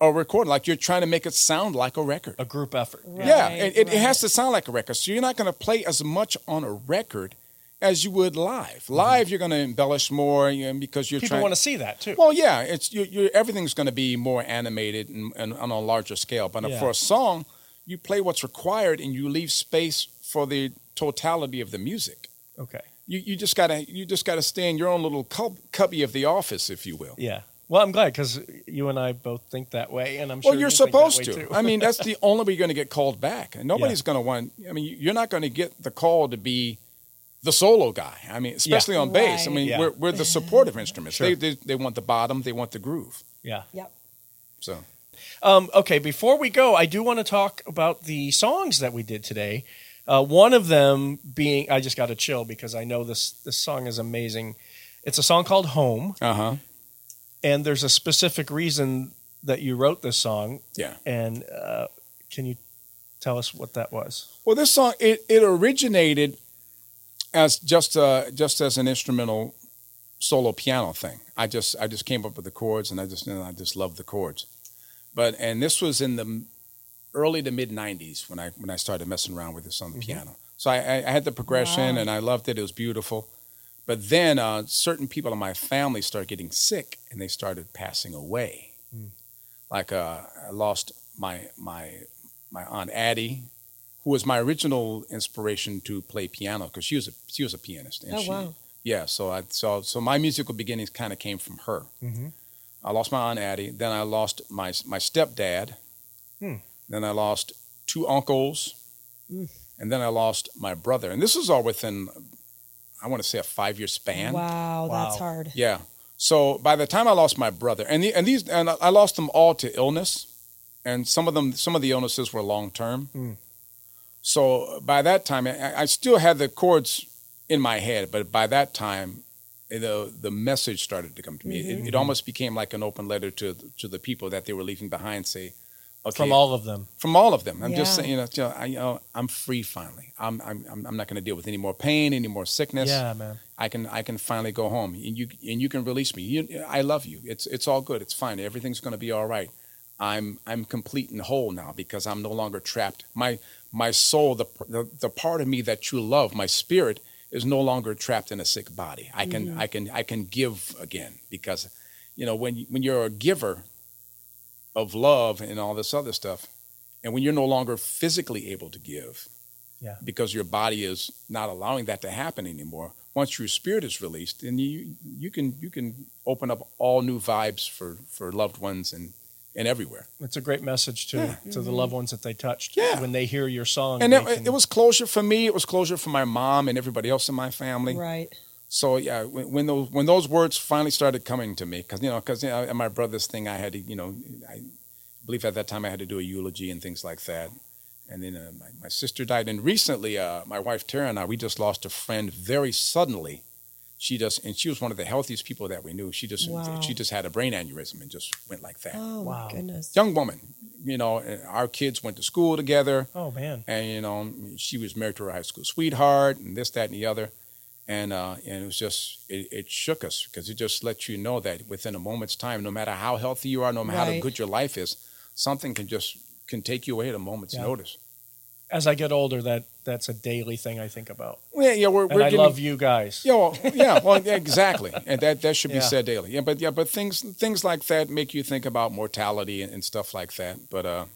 Speaker 1: a recording, like you're trying to make it sound like a record.
Speaker 2: a group effort.
Speaker 1: yeah,
Speaker 5: Right,
Speaker 1: and it, it has to
Speaker 5: right.
Speaker 1: sound like a record. So you're not going to play as much on a record as you would live. Live, you're going to embellish more you know, because you're
Speaker 2: People
Speaker 1: trying.
Speaker 2: want to see that too.
Speaker 1: Well, yeah, it's you, you, everything's going to be more animated and, and on a larger scale. But uh,
Speaker 2: Yeah.
Speaker 1: for a song, you play what's required and you leave space for the totality of the music.
Speaker 2: okay.
Speaker 1: You, you just gotta you just gotta stay in your own little cub, cubby of the office, if you will.
Speaker 2: Yeah. Well, I'm glad because you and I both think that way, and I'm sure
Speaker 1: Well, you're
Speaker 2: you think that
Speaker 1: supposed
Speaker 2: way,
Speaker 1: to.
Speaker 2: too.
Speaker 1: I mean, that's the only way you're going to get called back. And nobody's going to want. I mean, you're not going to get the call to be the solo guy. I mean, especially on bass. I
Speaker 5: Right.
Speaker 1: mean,
Speaker 2: Yeah.
Speaker 1: we're, we're the supportive instruments.
Speaker 2: Sure.
Speaker 1: They, they they want the bottom. They want the groove.
Speaker 2: yeah.
Speaker 5: Yep.
Speaker 1: So
Speaker 2: Um, okay, before we go, I do want to talk about the songs that we did today. Uh, one of them being, I just got a chill because I know this this song is amazing. It's a song called "Home,"
Speaker 1: uh huh.
Speaker 2: and there's a specific reason that you wrote this song.
Speaker 1: Yeah.
Speaker 2: And uh, can you tell us what that was?
Speaker 1: Well, this song it, it originated as just uh just as an instrumental solo piano thing. I just I just came up with the chords and I just and I just loved the chords. But and this was in the m- early to mid '90s when I when I started messing around with this on the piano. So I, I, I had the progression and I loved it. It was beautiful. But then uh, certain people in my family started getting sick and they started passing away. Like uh, I lost my my my aunt Addie, who was my original inspiration to play piano because she was a she was a pianist. And
Speaker 5: Oh,
Speaker 1: she,
Speaker 5: wow.
Speaker 1: Yeah, so I so so my musical beginnings kind of came from her.
Speaker 2: Mhm.
Speaker 1: I lost my aunt Addie, then I lost my my stepdad,
Speaker 2: Hmm.
Speaker 1: then I lost two uncles,
Speaker 5: Mm.
Speaker 1: and then I lost my brother. And this was all within, I want to say, a five year span.
Speaker 5: Wow, that's
Speaker 2: Wow.
Speaker 5: hard.
Speaker 1: Yeah. So by the time I lost my brother, and the, and these and I lost them all to illness, and some of them some of the illnesses were long term.
Speaker 2: Mm.
Speaker 1: So by that time, I, I still had the chords in my head, but by that time, the the message started to come to me.
Speaker 2: Mm-hmm.
Speaker 1: It, it almost became like an open letter to to the people that they were leaving behind. Say, okay,
Speaker 2: From all of them.
Speaker 1: from all of them. I'm just
Speaker 5: Yeah.
Speaker 1: saying, you know, you know, I, you know, I'm free finally. I'm I'm I'm I'm not going to deal with any more pain, any more sickness.
Speaker 2: Yeah, man.
Speaker 1: I can I can finally go home, and you and you can release me. You, I love you. It's it's all good. It's fine. Everything's going to be all right. I'm I'm complete and whole now because I'm no longer trapped. My my soul, the the, the part of me that you love, my spirit is no longer trapped in a sick body. I can I can I can give again because, you know, when when you're a giver of love and all this other stuff, and when you're no longer physically able to give,
Speaker 2: Yeah.
Speaker 1: because your body is not allowing that to happen anymore. Once your spirit is released, then you you can you can open up all new vibes for for loved ones and and everywhere.
Speaker 2: It's a great message to to the loved ones that they touched.
Speaker 1: Mm-hmm. Yeah.
Speaker 2: When they hear your song,
Speaker 1: And
Speaker 2: they
Speaker 1: it,
Speaker 2: can-
Speaker 1: it was closure for me. It was closure for my mom and everybody else in my family.
Speaker 5: Right.
Speaker 1: So yeah, when, when those when those words finally started coming to me, because you know, because you know, at my brother's thing, I had to, you know, I believe at that time I had to do a eulogy and things like that. And then uh, my, my sister died, and recently, uh, my wife Tara and I, we just lost a friend very suddenly. She just, and she was one of the healthiest people that we knew. She just,
Speaker 5: Wow.
Speaker 1: she just had a brain aneurysm and just went like that.
Speaker 5: Oh
Speaker 2: Wow.
Speaker 5: my goodness.
Speaker 1: Young woman, you know, and our kids went to school together
Speaker 2: Oh man.
Speaker 1: and you know she was married to her high school sweetheart and this that and the other and uh, and it was just it, it shook us because it just lets you know that within a moment's time no matter how healthy you are no matter how
Speaker 5: Right.
Speaker 1: good your life is something can just can take you away at a moment's
Speaker 2: Yeah.
Speaker 1: notice
Speaker 6: as I get older, that that's a daily thing I think about.
Speaker 1: Yeah, yeah, we're,
Speaker 6: And
Speaker 1: we're
Speaker 6: I
Speaker 1: giving-
Speaker 6: love you guys.
Speaker 1: Yeah, well, yeah, well, yeah, exactly, and that that should be
Speaker 6: Yeah.
Speaker 1: said daily. Yeah, but yeah, but things things like that make you think about mortality and, and stuff like that. But uh,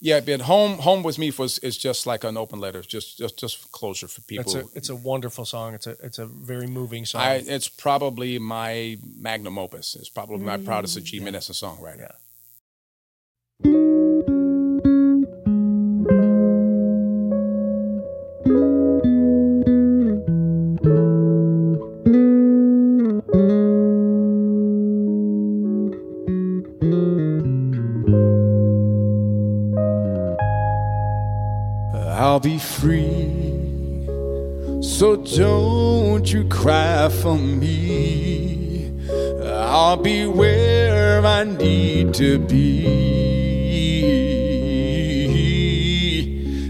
Speaker 1: yeah, but home home with me was is just like an open letter, just just just closure for people.
Speaker 6: It's a it's a wonderful song. It's a it's a very moving song.
Speaker 1: I, it's probably my magnum opus. It's probably my proudest achievement as a songwriter.
Speaker 6: Mm. Yeah.
Speaker 1: I'll be free. So don't you cry for me. I'll be where I need to be.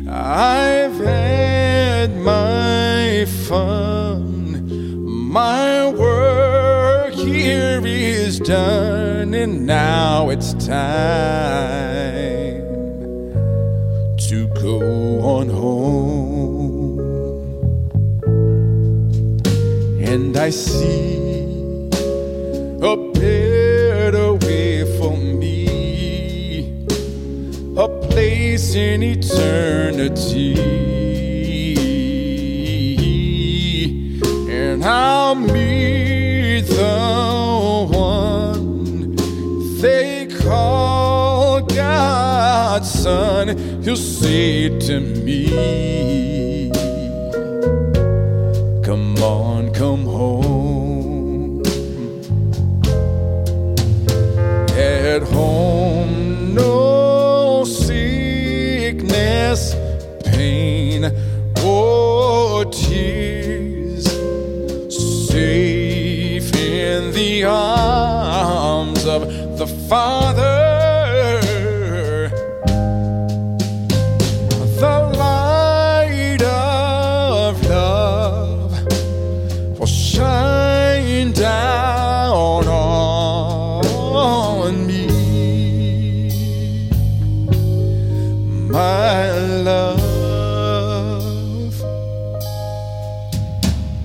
Speaker 1: I've had my fun. My work here is done, and now it's time to go on home. And I see a better way for me, a place in eternity. And I'll meet the one they call God's son, he'll say to me, Come on, come home. At home, no sickness, pain, or tears safe in the arms of the Father. The light of love will shine down on me, my love.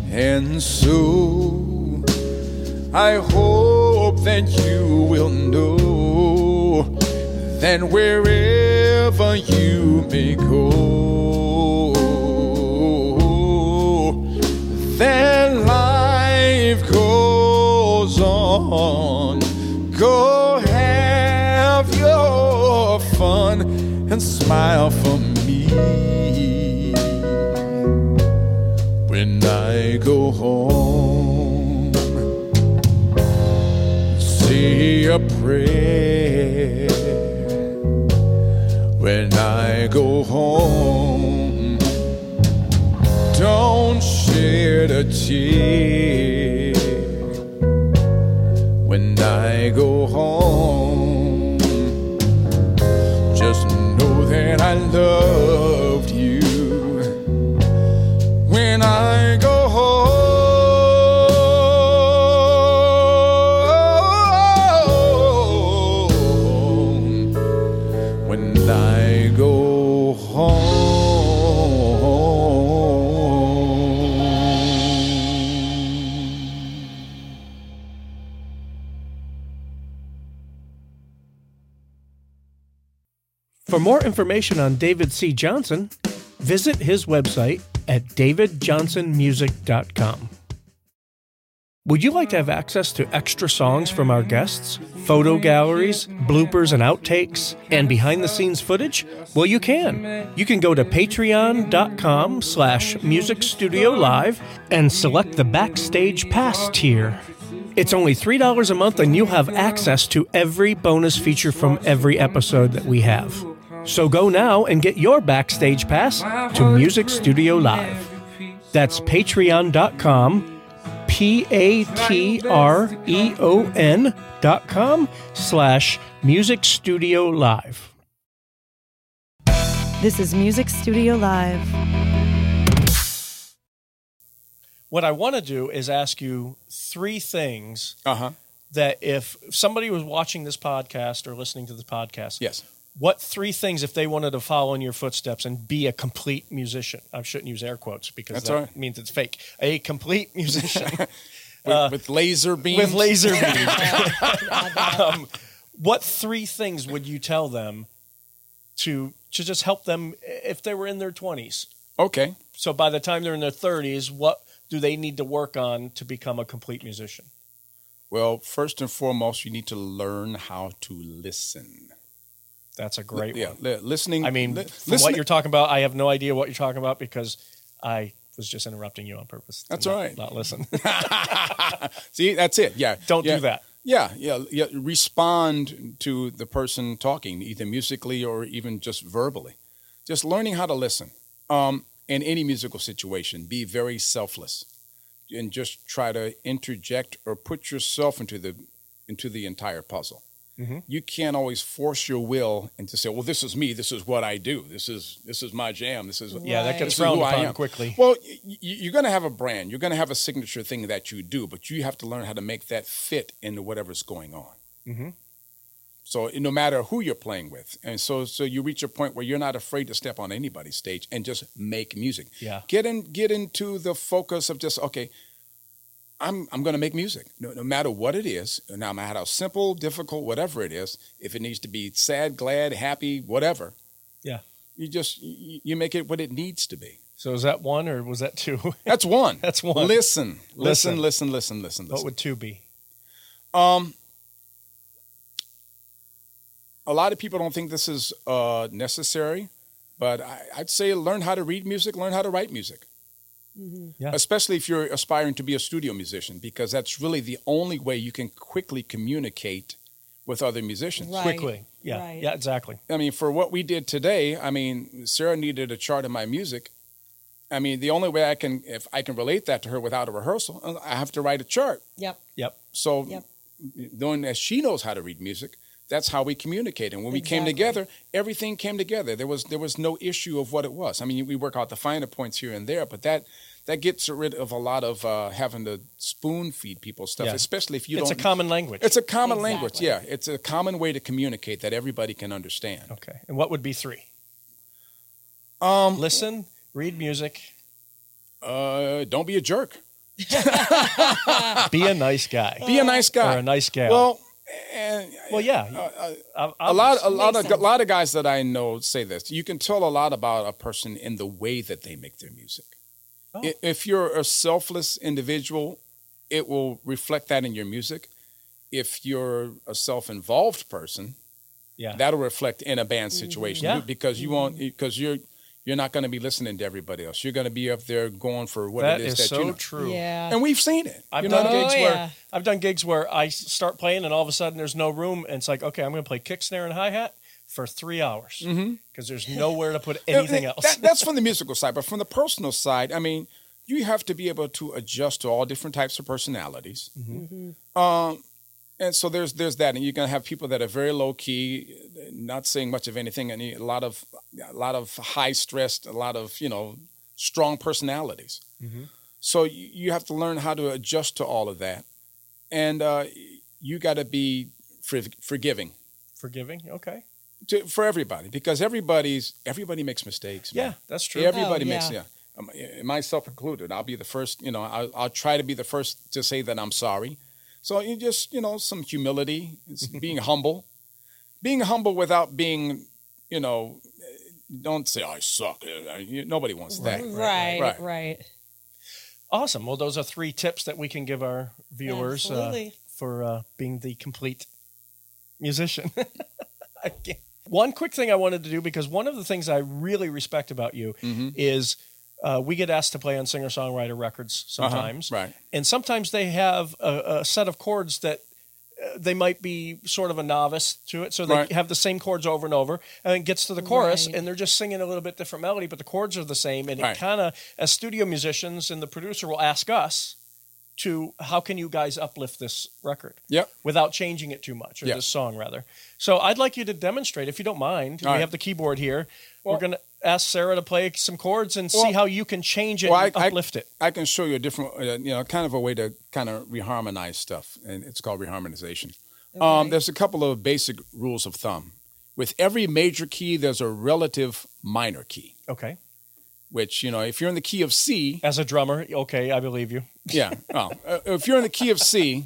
Speaker 1: And so I hope that you will know that wherever you may go, that life goes on. Go have your fun and smile for me when I go home. Say a prayer when I go home. Don't shed a tear when I go home. Just know that I loved you when I go home. When I go home.
Speaker 2: For more information on David C. Johnson, visit his website at davidjohnsonmusic.com. Would you like to have access to extra songs from our guests, photo galleries, bloopers and outtakes, and behind the scenes footage? Well, you can. You can go to patreon.com slash music studio live and select the backstage pass tier. It's only $3 a month and you'll have access to every bonus feature from every episode that we have. So go now and get your backstage pass to Music Studio Live. That's patreon.com P A T R E O N dot com slash music studio live.
Speaker 7: This is Music Studio Live.
Speaker 6: what I want to do is ask you three things
Speaker 1: Uh huh.
Speaker 2: Uh-huh.
Speaker 6: that if somebody was watching this podcast or listening to this podcast,
Speaker 1: Yes.
Speaker 2: what three things if they wanted to follow in your footsteps and be a complete musician? I shouldn't use air quotes because
Speaker 1: That's
Speaker 2: that
Speaker 1: all right.
Speaker 2: means it's fake. A complete musician
Speaker 1: with, with laser beams.
Speaker 2: Uh, with laser beams. um, what three things would you tell them to to just help them if they were in their twenties?
Speaker 1: Okay.
Speaker 2: So by the time they're in their thirties, what do they need to work on to become a complete musician?
Speaker 1: Well, first and foremost, you need to learn how to listen.
Speaker 2: That's a great
Speaker 1: yeah,
Speaker 2: one.
Speaker 1: li- listening.
Speaker 2: I mean,
Speaker 1: li-
Speaker 2: from what you're talking about, I have no idea what you're talking about because I was just interrupting you on purpose. to
Speaker 1: That's
Speaker 2: not,
Speaker 1: all right.
Speaker 2: Not listen.
Speaker 1: See, that's it. Yeah.
Speaker 2: Don't
Speaker 1: Yeah.
Speaker 2: do that.
Speaker 1: Yeah, yeah, yeah. Respond to the person talking, either musically or even just verbally. Just learning how to listen. Um, in any musical situation, be very selfless, and just try to interject or put yourself into the into the entire puzzle.
Speaker 2: Mhm.
Speaker 1: You can't always force your will and to say, "Well, this is me. This is what I do. This is this is my jam. This is
Speaker 2: Yeah, that gets
Speaker 5: Right.
Speaker 1: This is who
Speaker 2: frowned
Speaker 1: I
Speaker 2: upon
Speaker 1: am.
Speaker 2: quickly.
Speaker 1: Well, y- y- you're going to have a brand. You're going to have a signature thing that you do, but you have to learn how to make that fit into whatever's going on.
Speaker 2: Mhm.
Speaker 1: So no matter who you're playing with, and so so you reach a point where you're not afraid to step on anybody's stage and just make music.
Speaker 2: Yeah.
Speaker 1: Get in, get into the focus of just okay. I'm I'm going to make music, no, no matter what it is. No matter how simple, difficult, whatever it is. If it needs to be sad, glad, happy, whatever.
Speaker 2: Yeah.
Speaker 1: You just you you make it what it needs to be.
Speaker 2: So is that one or was that two?
Speaker 1: That's one.
Speaker 2: That's one.
Speaker 1: Listen,
Speaker 2: Listen.
Speaker 1: listen, listen, listen, listen,
Speaker 2: what
Speaker 1: listen.
Speaker 2: would two be?
Speaker 1: um, a lot of people don't think this is uh, necessary, but I, I'd say learn how to read music, learn how to write music.
Speaker 5: Mm-hmm.
Speaker 2: Yeah.
Speaker 1: Especially if you're aspiring to be a studio musician, because that's really the only way you can quickly communicate with other musicians.
Speaker 5: Right.
Speaker 2: Quickly. Yeah.
Speaker 5: Right.
Speaker 2: Yeah, exactly.
Speaker 1: I mean, for what we did today, I mean, Sarah needed a chart of my music. I mean, the only way I can, if I can relate that to her without a rehearsal, I have to write a chart.
Speaker 5: Yep.
Speaker 2: Yep.
Speaker 1: So,
Speaker 5: Yep.
Speaker 1: knowing that she knows how to read music, that's how we communicate. And when we came
Speaker 5: Exactly.
Speaker 1: together, everything came together. There was there was no issue of what it was. I mean, we work out the finer points here and there, but that that gets rid of a lot of uh, having to spoon feed people stuff,
Speaker 2: Yeah.
Speaker 1: especially if you
Speaker 2: it's a
Speaker 1: don't.
Speaker 2: common language.
Speaker 1: it's a common language.
Speaker 5: Exactly.
Speaker 1: Yeah, it's a common way to communicate that everybody can understand.
Speaker 2: okay. And what would be three? Oh.
Speaker 1: Um,
Speaker 2: Listen, read music,
Speaker 1: Uh, don't be a jerk.
Speaker 2: be a nice guy
Speaker 5: Uh,
Speaker 1: Be a nice
Speaker 2: or
Speaker 1: guy.
Speaker 2: a nice gal.
Speaker 1: Well, eh, uh, and
Speaker 2: Well, yeah. Ob-
Speaker 1: a lot, a
Speaker 2: obviously.
Speaker 1: lot of
Speaker 5: Makes sense.
Speaker 1: a lot of guys that I know say this. You can tell a lot about a person in the way that they make their music.
Speaker 2: Oh.
Speaker 1: I- If you're a selfless individual, it will reflect that in your music. If you're a self-involved person,
Speaker 2: Yeah.
Speaker 1: that'll reflect in a band
Speaker 5: Mm-hmm.
Speaker 1: situation
Speaker 2: Yeah.
Speaker 1: because you won't because you're you're not going to be listening to everybody else. You're going to be up there going for what
Speaker 2: that
Speaker 1: it is,
Speaker 2: is,
Speaker 1: that
Speaker 2: so
Speaker 1: you know.
Speaker 2: true.
Speaker 5: Yeah.
Speaker 1: And we've seen it.
Speaker 2: I've
Speaker 1: You know
Speaker 2: done
Speaker 1: what I mean?
Speaker 2: gigs
Speaker 5: Oh,
Speaker 2: where
Speaker 5: yeah.
Speaker 2: I've done gigs where I s- start playing and all of a sudden there's no room and it's like okay I'm going to play kick snare and hi hat for three hours because
Speaker 1: Mm-hmm.
Speaker 2: there's nowhere to put anything
Speaker 1: That-
Speaker 2: else.
Speaker 1: Mm. that- that's from the musical side, but from the personal side, I mean, you have to be able to adjust to all different types of personalities. Um, and so there's there's that, and you're gonna have people that are very low key, not saying much of anything, and a lot of a lot of high stressed, a lot of you know strong personalities.
Speaker 2: Mm-hmm.
Speaker 1: So you, you have to learn how to adjust to all of that, and uh, you got to be forg- forgiving
Speaker 2: Forgiving, okay,
Speaker 1: to, for everybody because everybody's everybody makes mistakes. man.
Speaker 2: yeah, that's true.
Speaker 1: Everybody
Speaker 5: Oh,
Speaker 1: makes
Speaker 5: yeah.
Speaker 1: yeah. Um, eh, myself included. I'll be the first. You know, I'll, I'll try to be the first to say that I'm sorry. So you just you know some humility, it's being humble, being humble without being you know. eh, Don't say I suck. Eh, eh, you- Nobody wants that.
Speaker 5: Right.
Speaker 1: right.
Speaker 5: Right.
Speaker 2: Awesome. Well, those are three tips that we can give our viewers uh,
Speaker 5: Absolutely.
Speaker 2: for uh, being the complete musician. I can't- one quick thing I wanted to do because one of the things I really respect about you
Speaker 1: Mm-hmm.
Speaker 2: is uh, we get asked to play on singer songwriter records
Speaker 1: Uh-huh,
Speaker 2: sometimes,
Speaker 1: right.
Speaker 2: and sometimes they have a, a set of chords that uh, they might be sort of a novice to it so they
Speaker 1: Right.
Speaker 2: have the same chords over and over and it gets to the chorus
Speaker 5: Right.
Speaker 2: and they're just singing a little bit different melody but the chords are the same and
Speaker 1: Right.
Speaker 2: it kind of as studio musicians and the producer will ask us to how can you guys uplift this record
Speaker 1: Yep.
Speaker 2: without changing it too much or
Speaker 1: Yeah.
Speaker 2: this song rather so i'd like you to demonstrate if you don't mind
Speaker 1: All
Speaker 2: we
Speaker 1: right.
Speaker 2: have the keyboard here we're
Speaker 1: Well-
Speaker 2: going to ask sarah to play some chords and see
Speaker 1: Well-
Speaker 2: how you can change it
Speaker 1: Well,
Speaker 2: and
Speaker 1: I- I-
Speaker 2: uplift it
Speaker 1: I can show you a different, uh, you know, kind of a way to kind of reharmonize stuff, and it's called reharmonization. Um,
Speaker 5: Okay.
Speaker 1: there's a couple of basic rules of thumb, with every major key, there's a relative minor key,
Speaker 2: Okay.
Speaker 1: which, you know, if you're in the key of C,
Speaker 2: As a drummer, okay, I believe you.
Speaker 1: yeah, well, uh, if you're in the key of C,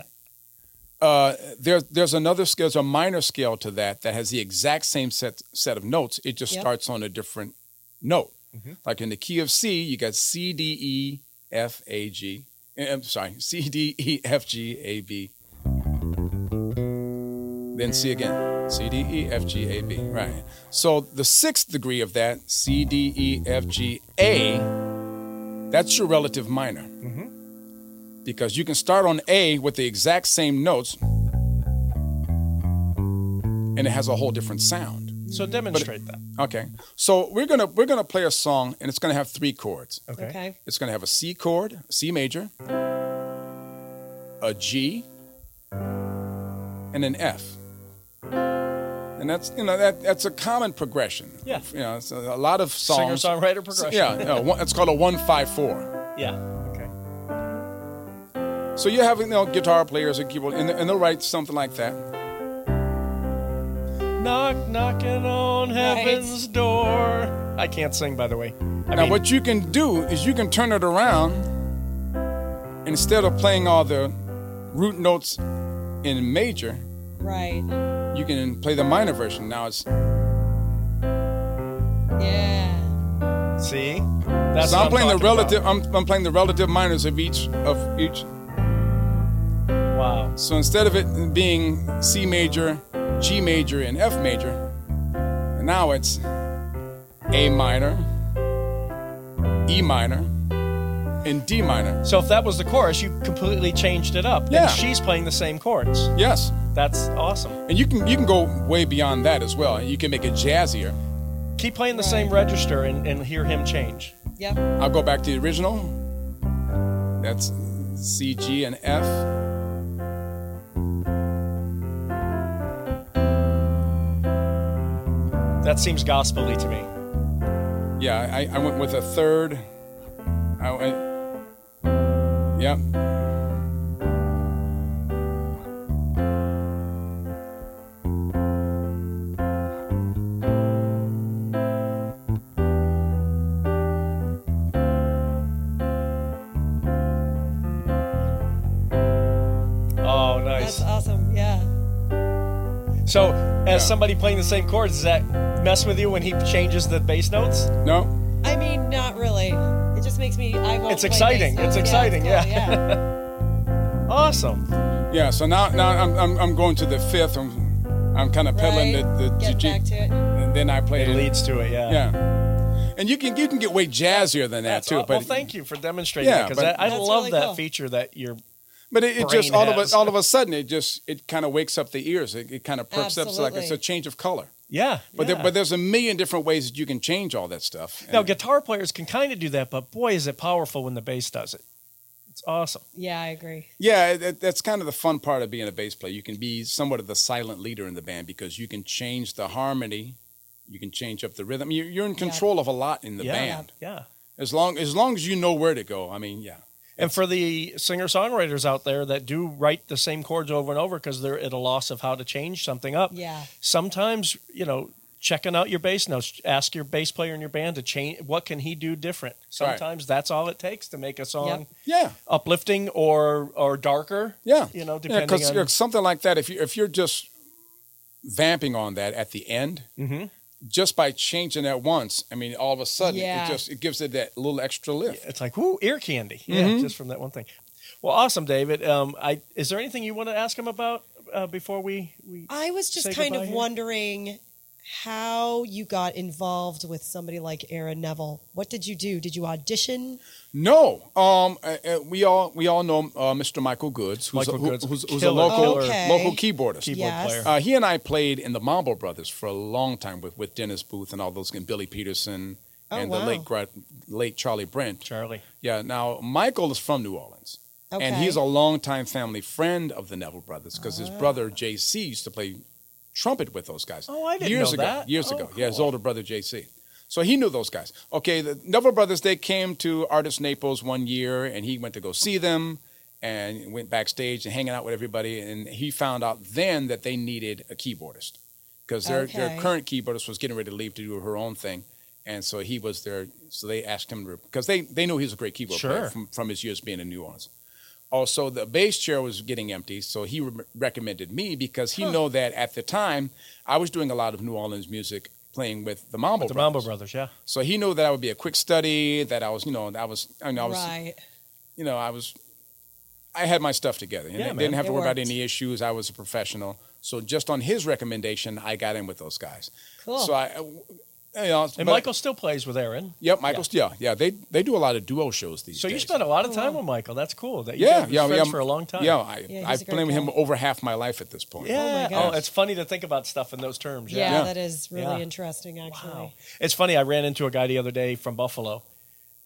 Speaker 1: uh, there's there's another scale, there's a minor scale to that that has the exact same set set of notes. It just
Speaker 5: Yep.
Speaker 1: starts on a different note. Like in the key of C, you got C D E F A G. eh, I'm sorry, C D E F G A B. Then C again. C D E F G A B. Right. So the sixth degree of that, C D E F G A, that's your relative minor because you can start on A with the exact same notes and it has a whole different sound.
Speaker 2: So demonstrate that.
Speaker 1: Okay. So we're going to we're going to play a song and it's going to have three chords.
Speaker 2: Okay.
Speaker 5: Okay.
Speaker 1: It's going to have a C chord, C major, a G, and an F. And that's you know that that's a common progression.
Speaker 2: Yeah.
Speaker 1: You know, it's a, a lot of songs.
Speaker 2: Singer-songwriter progression.
Speaker 1: Yeah, yeah, one- it's called a one five four.
Speaker 2: Yeah. Okay.
Speaker 1: So you have you know guitar players and keyboard, and, and they'll write something like that.
Speaker 2: Knock, knocking on heaven's door. I can't sing, by the way. I
Speaker 1: now
Speaker 2: mean,
Speaker 1: what you can do is you can turn it around. and Instead of playing all the root notes in major,
Speaker 5: Right.
Speaker 1: you can play the minor version. Now it's
Speaker 5: Yeah.
Speaker 2: see? That's
Speaker 1: so
Speaker 2: what
Speaker 1: I'm playing the
Speaker 2: talking about.
Speaker 1: relative. I'm, I'm playing the relative minors of each of each.
Speaker 2: Wow.
Speaker 1: So instead of it being C major, G major, and F major, now it's A minor, E minor, and D minor.
Speaker 2: So if that was the chorus, you completely changed it up.
Speaker 1: Yeah.
Speaker 2: And she's playing the same chords.
Speaker 1: Yes.
Speaker 2: That's awesome.
Speaker 1: And you can you can go way beyond that as well. You can make it jazzier.
Speaker 2: Keep playing the same register and, and hear him change.
Speaker 5: Yep.
Speaker 1: I'll go back to the original. That's C, G, and F.
Speaker 2: That seems gospely to me.
Speaker 1: Yeah, I, I went with a third. I went. Yep.
Speaker 2: Oh,
Speaker 5: That's
Speaker 2: nice.
Speaker 5: awesome. Yeah.
Speaker 2: So, as somebody playing the same chords, does that mess with you when he changes the bass notes?
Speaker 1: No.
Speaker 5: I mean, not really. It just makes me. I won't.
Speaker 2: It's
Speaker 5: play
Speaker 2: exciting.
Speaker 5: bass
Speaker 2: It's
Speaker 5: notes.
Speaker 2: exciting,
Speaker 5: it's cool,
Speaker 2: yeah.
Speaker 5: Oh, yeah.
Speaker 2: Awesome.
Speaker 1: Yeah. So now now I'm I'm, I'm going to the fifth. I'm I'm kind of peddling
Speaker 5: Right.
Speaker 1: the the
Speaker 5: Get
Speaker 1: G,
Speaker 5: back to it.
Speaker 1: and then I play
Speaker 2: It
Speaker 1: the
Speaker 2: leads to it, yeah.
Speaker 1: Yeah. And you can you can get way jazzier than that
Speaker 2: That's
Speaker 1: too.
Speaker 2: aw- well,
Speaker 1: But
Speaker 2: thank you for demonstrating
Speaker 1: Yeah,
Speaker 2: because
Speaker 1: but-
Speaker 2: I, I
Speaker 5: That's
Speaker 2: love
Speaker 5: really
Speaker 2: that
Speaker 5: cool.
Speaker 2: feature that you're.
Speaker 1: But it, it
Speaker 2: brain
Speaker 1: just all of
Speaker 2: has.
Speaker 1: a, all of a sudden it just it kind of wakes up the ears. It, it kind of perks up. It's like it's a
Speaker 5: Absolutely.
Speaker 1: change of color.
Speaker 2: Yeah.
Speaker 1: But
Speaker 2: yeah.
Speaker 1: there, but there's a million different ways that you can change all that stuff.
Speaker 2: now,
Speaker 1: And-
Speaker 2: guitar players can kind of do that, but boy, is it powerful when the bass does it. It's awesome.
Speaker 5: Yeah, I agree.
Speaker 1: yeah, it- it- that's kind of the fun part of being a bass player. You can be somewhat of the silent leader in the band because you can change the harmony, you can change up the rhythm. You, you're in control of a lot in the
Speaker 2: Yeah.
Speaker 1: band
Speaker 2: Yeah.
Speaker 1: as long as long as you know where to go. I mean, yeah,
Speaker 2: And for the singer songwriters out there that do write the same chords over and over because they're at a loss of how to change something up,
Speaker 5: Yeah.
Speaker 2: sometimes, you know, checking out your bass notes, ask your bass player in your band to change what can he do different.
Speaker 1: Right.
Speaker 2: Sometimes that's all it takes to make a song
Speaker 5: Yep.
Speaker 1: yeah.
Speaker 2: uplifting or or darker.
Speaker 1: Yeah,
Speaker 2: You know,
Speaker 1: Yeah,
Speaker 2: depending on-
Speaker 1: something like that. If you if you're just vamping on that at the end,
Speaker 2: Mhm.
Speaker 1: just by changing that once, I mean, all of a sudden,
Speaker 5: Yeah.
Speaker 1: it just it gives it that little extra lift.
Speaker 2: It's like, whoo, ear candy. Yeah, just from that one thing. Well, awesome, David. Um, I is there anything you want to ask him about uh, before we we
Speaker 5: I was
Speaker 2: Say
Speaker 5: just kind of
Speaker 2: goodbye here.
Speaker 5: wondering how you got involved with somebody like Aaron Neville. What did you do? Did you audition?
Speaker 1: No, um, uh, uh, we all we all know uh, Mr. Michael Goods, who's
Speaker 2: Michael
Speaker 1: who-
Speaker 2: Goods,
Speaker 1: who's, who's a
Speaker 2: killer,
Speaker 1: local
Speaker 5: killer Okay.
Speaker 1: local keyboardist.
Speaker 2: keyboard
Speaker 5: Yes.
Speaker 2: player?
Speaker 1: Uh, he and I played in the Mambo Brothers for a long time with, with Dennis Booth and all those, and Billy Peterson
Speaker 5: Oh,
Speaker 1: and
Speaker 5: wow.
Speaker 1: the late gra- late Charlie Brent.
Speaker 2: Charlie.
Speaker 1: Yeah. Now Michael is from New Orleans, and
Speaker 5: Okay.
Speaker 1: he's a longtime family friend of the Neville brothers because his brother J.C. used to play trumpet with those guys.
Speaker 2: Ah. Oh, I didn't
Speaker 1: years
Speaker 2: know
Speaker 1: ago.
Speaker 2: that.
Speaker 1: Years
Speaker 2: Oh,
Speaker 1: ago, yeah, his
Speaker 2: cool.
Speaker 1: older brother J.C. So he knew those guys. Okay, the Neville brothers they came to Artist Naples one year, and he went to go see them, and went backstage and hanging out with everybody, and he found out then that they needed a keyboardist. because their their
Speaker 5: Okay.
Speaker 1: current keyboardist was getting ready to leave to do her own thing, and so he was there. So they asked him to because they they knew he was a great keyboard player
Speaker 8: Sure.
Speaker 1: from, from his years being in New Orleans. Also, the bass chair was getting empty, so he re- recommended me because he know that at the time I was doing a lot of New Orleans music, playing with the Mambo
Speaker 2: the
Speaker 1: Brothers.
Speaker 2: Mambo Brothers, yeah.
Speaker 1: So he knew that I would be a quick study, that I was, you know, I was, I, mean, I was,
Speaker 5: right.
Speaker 1: you know, I was, I had my stuff together. And
Speaker 2: Yeah,
Speaker 1: I
Speaker 2: man.
Speaker 1: didn't have to
Speaker 5: It
Speaker 1: worry about
Speaker 5: worked.
Speaker 1: any issues. I was a professional. So just on his recommendation, I got in with those guys.
Speaker 5: Cool.
Speaker 1: So I, I- you know,
Speaker 2: And
Speaker 1: but-
Speaker 2: Michael still plays with Aaron.
Speaker 1: Yep, Michael's. Yeah. yeah, They they do a lot of duo shows these
Speaker 2: So
Speaker 1: days.
Speaker 2: you spent a lot
Speaker 5: Oh,
Speaker 2: of time with Michael. That's cool. That you
Speaker 1: yeah,
Speaker 2: guys were
Speaker 1: yeah, yeah,
Speaker 2: friends for a long time.
Speaker 1: Yeah, I,
Speaker 5: Yeah,
Speaker 1: I've
Speaker 5: he's a great
Speaker 1: played with him
Speaker 5: guy.
Speaker 1: over half my life at this point.
Speaker 2: Yeah.
Speaker 5: Oh my
Speaker 2: Oh,
Speaker 5: gosh.
Speaker 2: it's funny to think about stuff in those terms.
Speaker 5: yeah,
Speaker 1: Yeah.
Speaker 5: that is really
Speaker 2: Yeah.
Speaker 5: interesting, actually.
Speaker 2: Wow. It's funny. I ran into a guy the other day from Buffalo,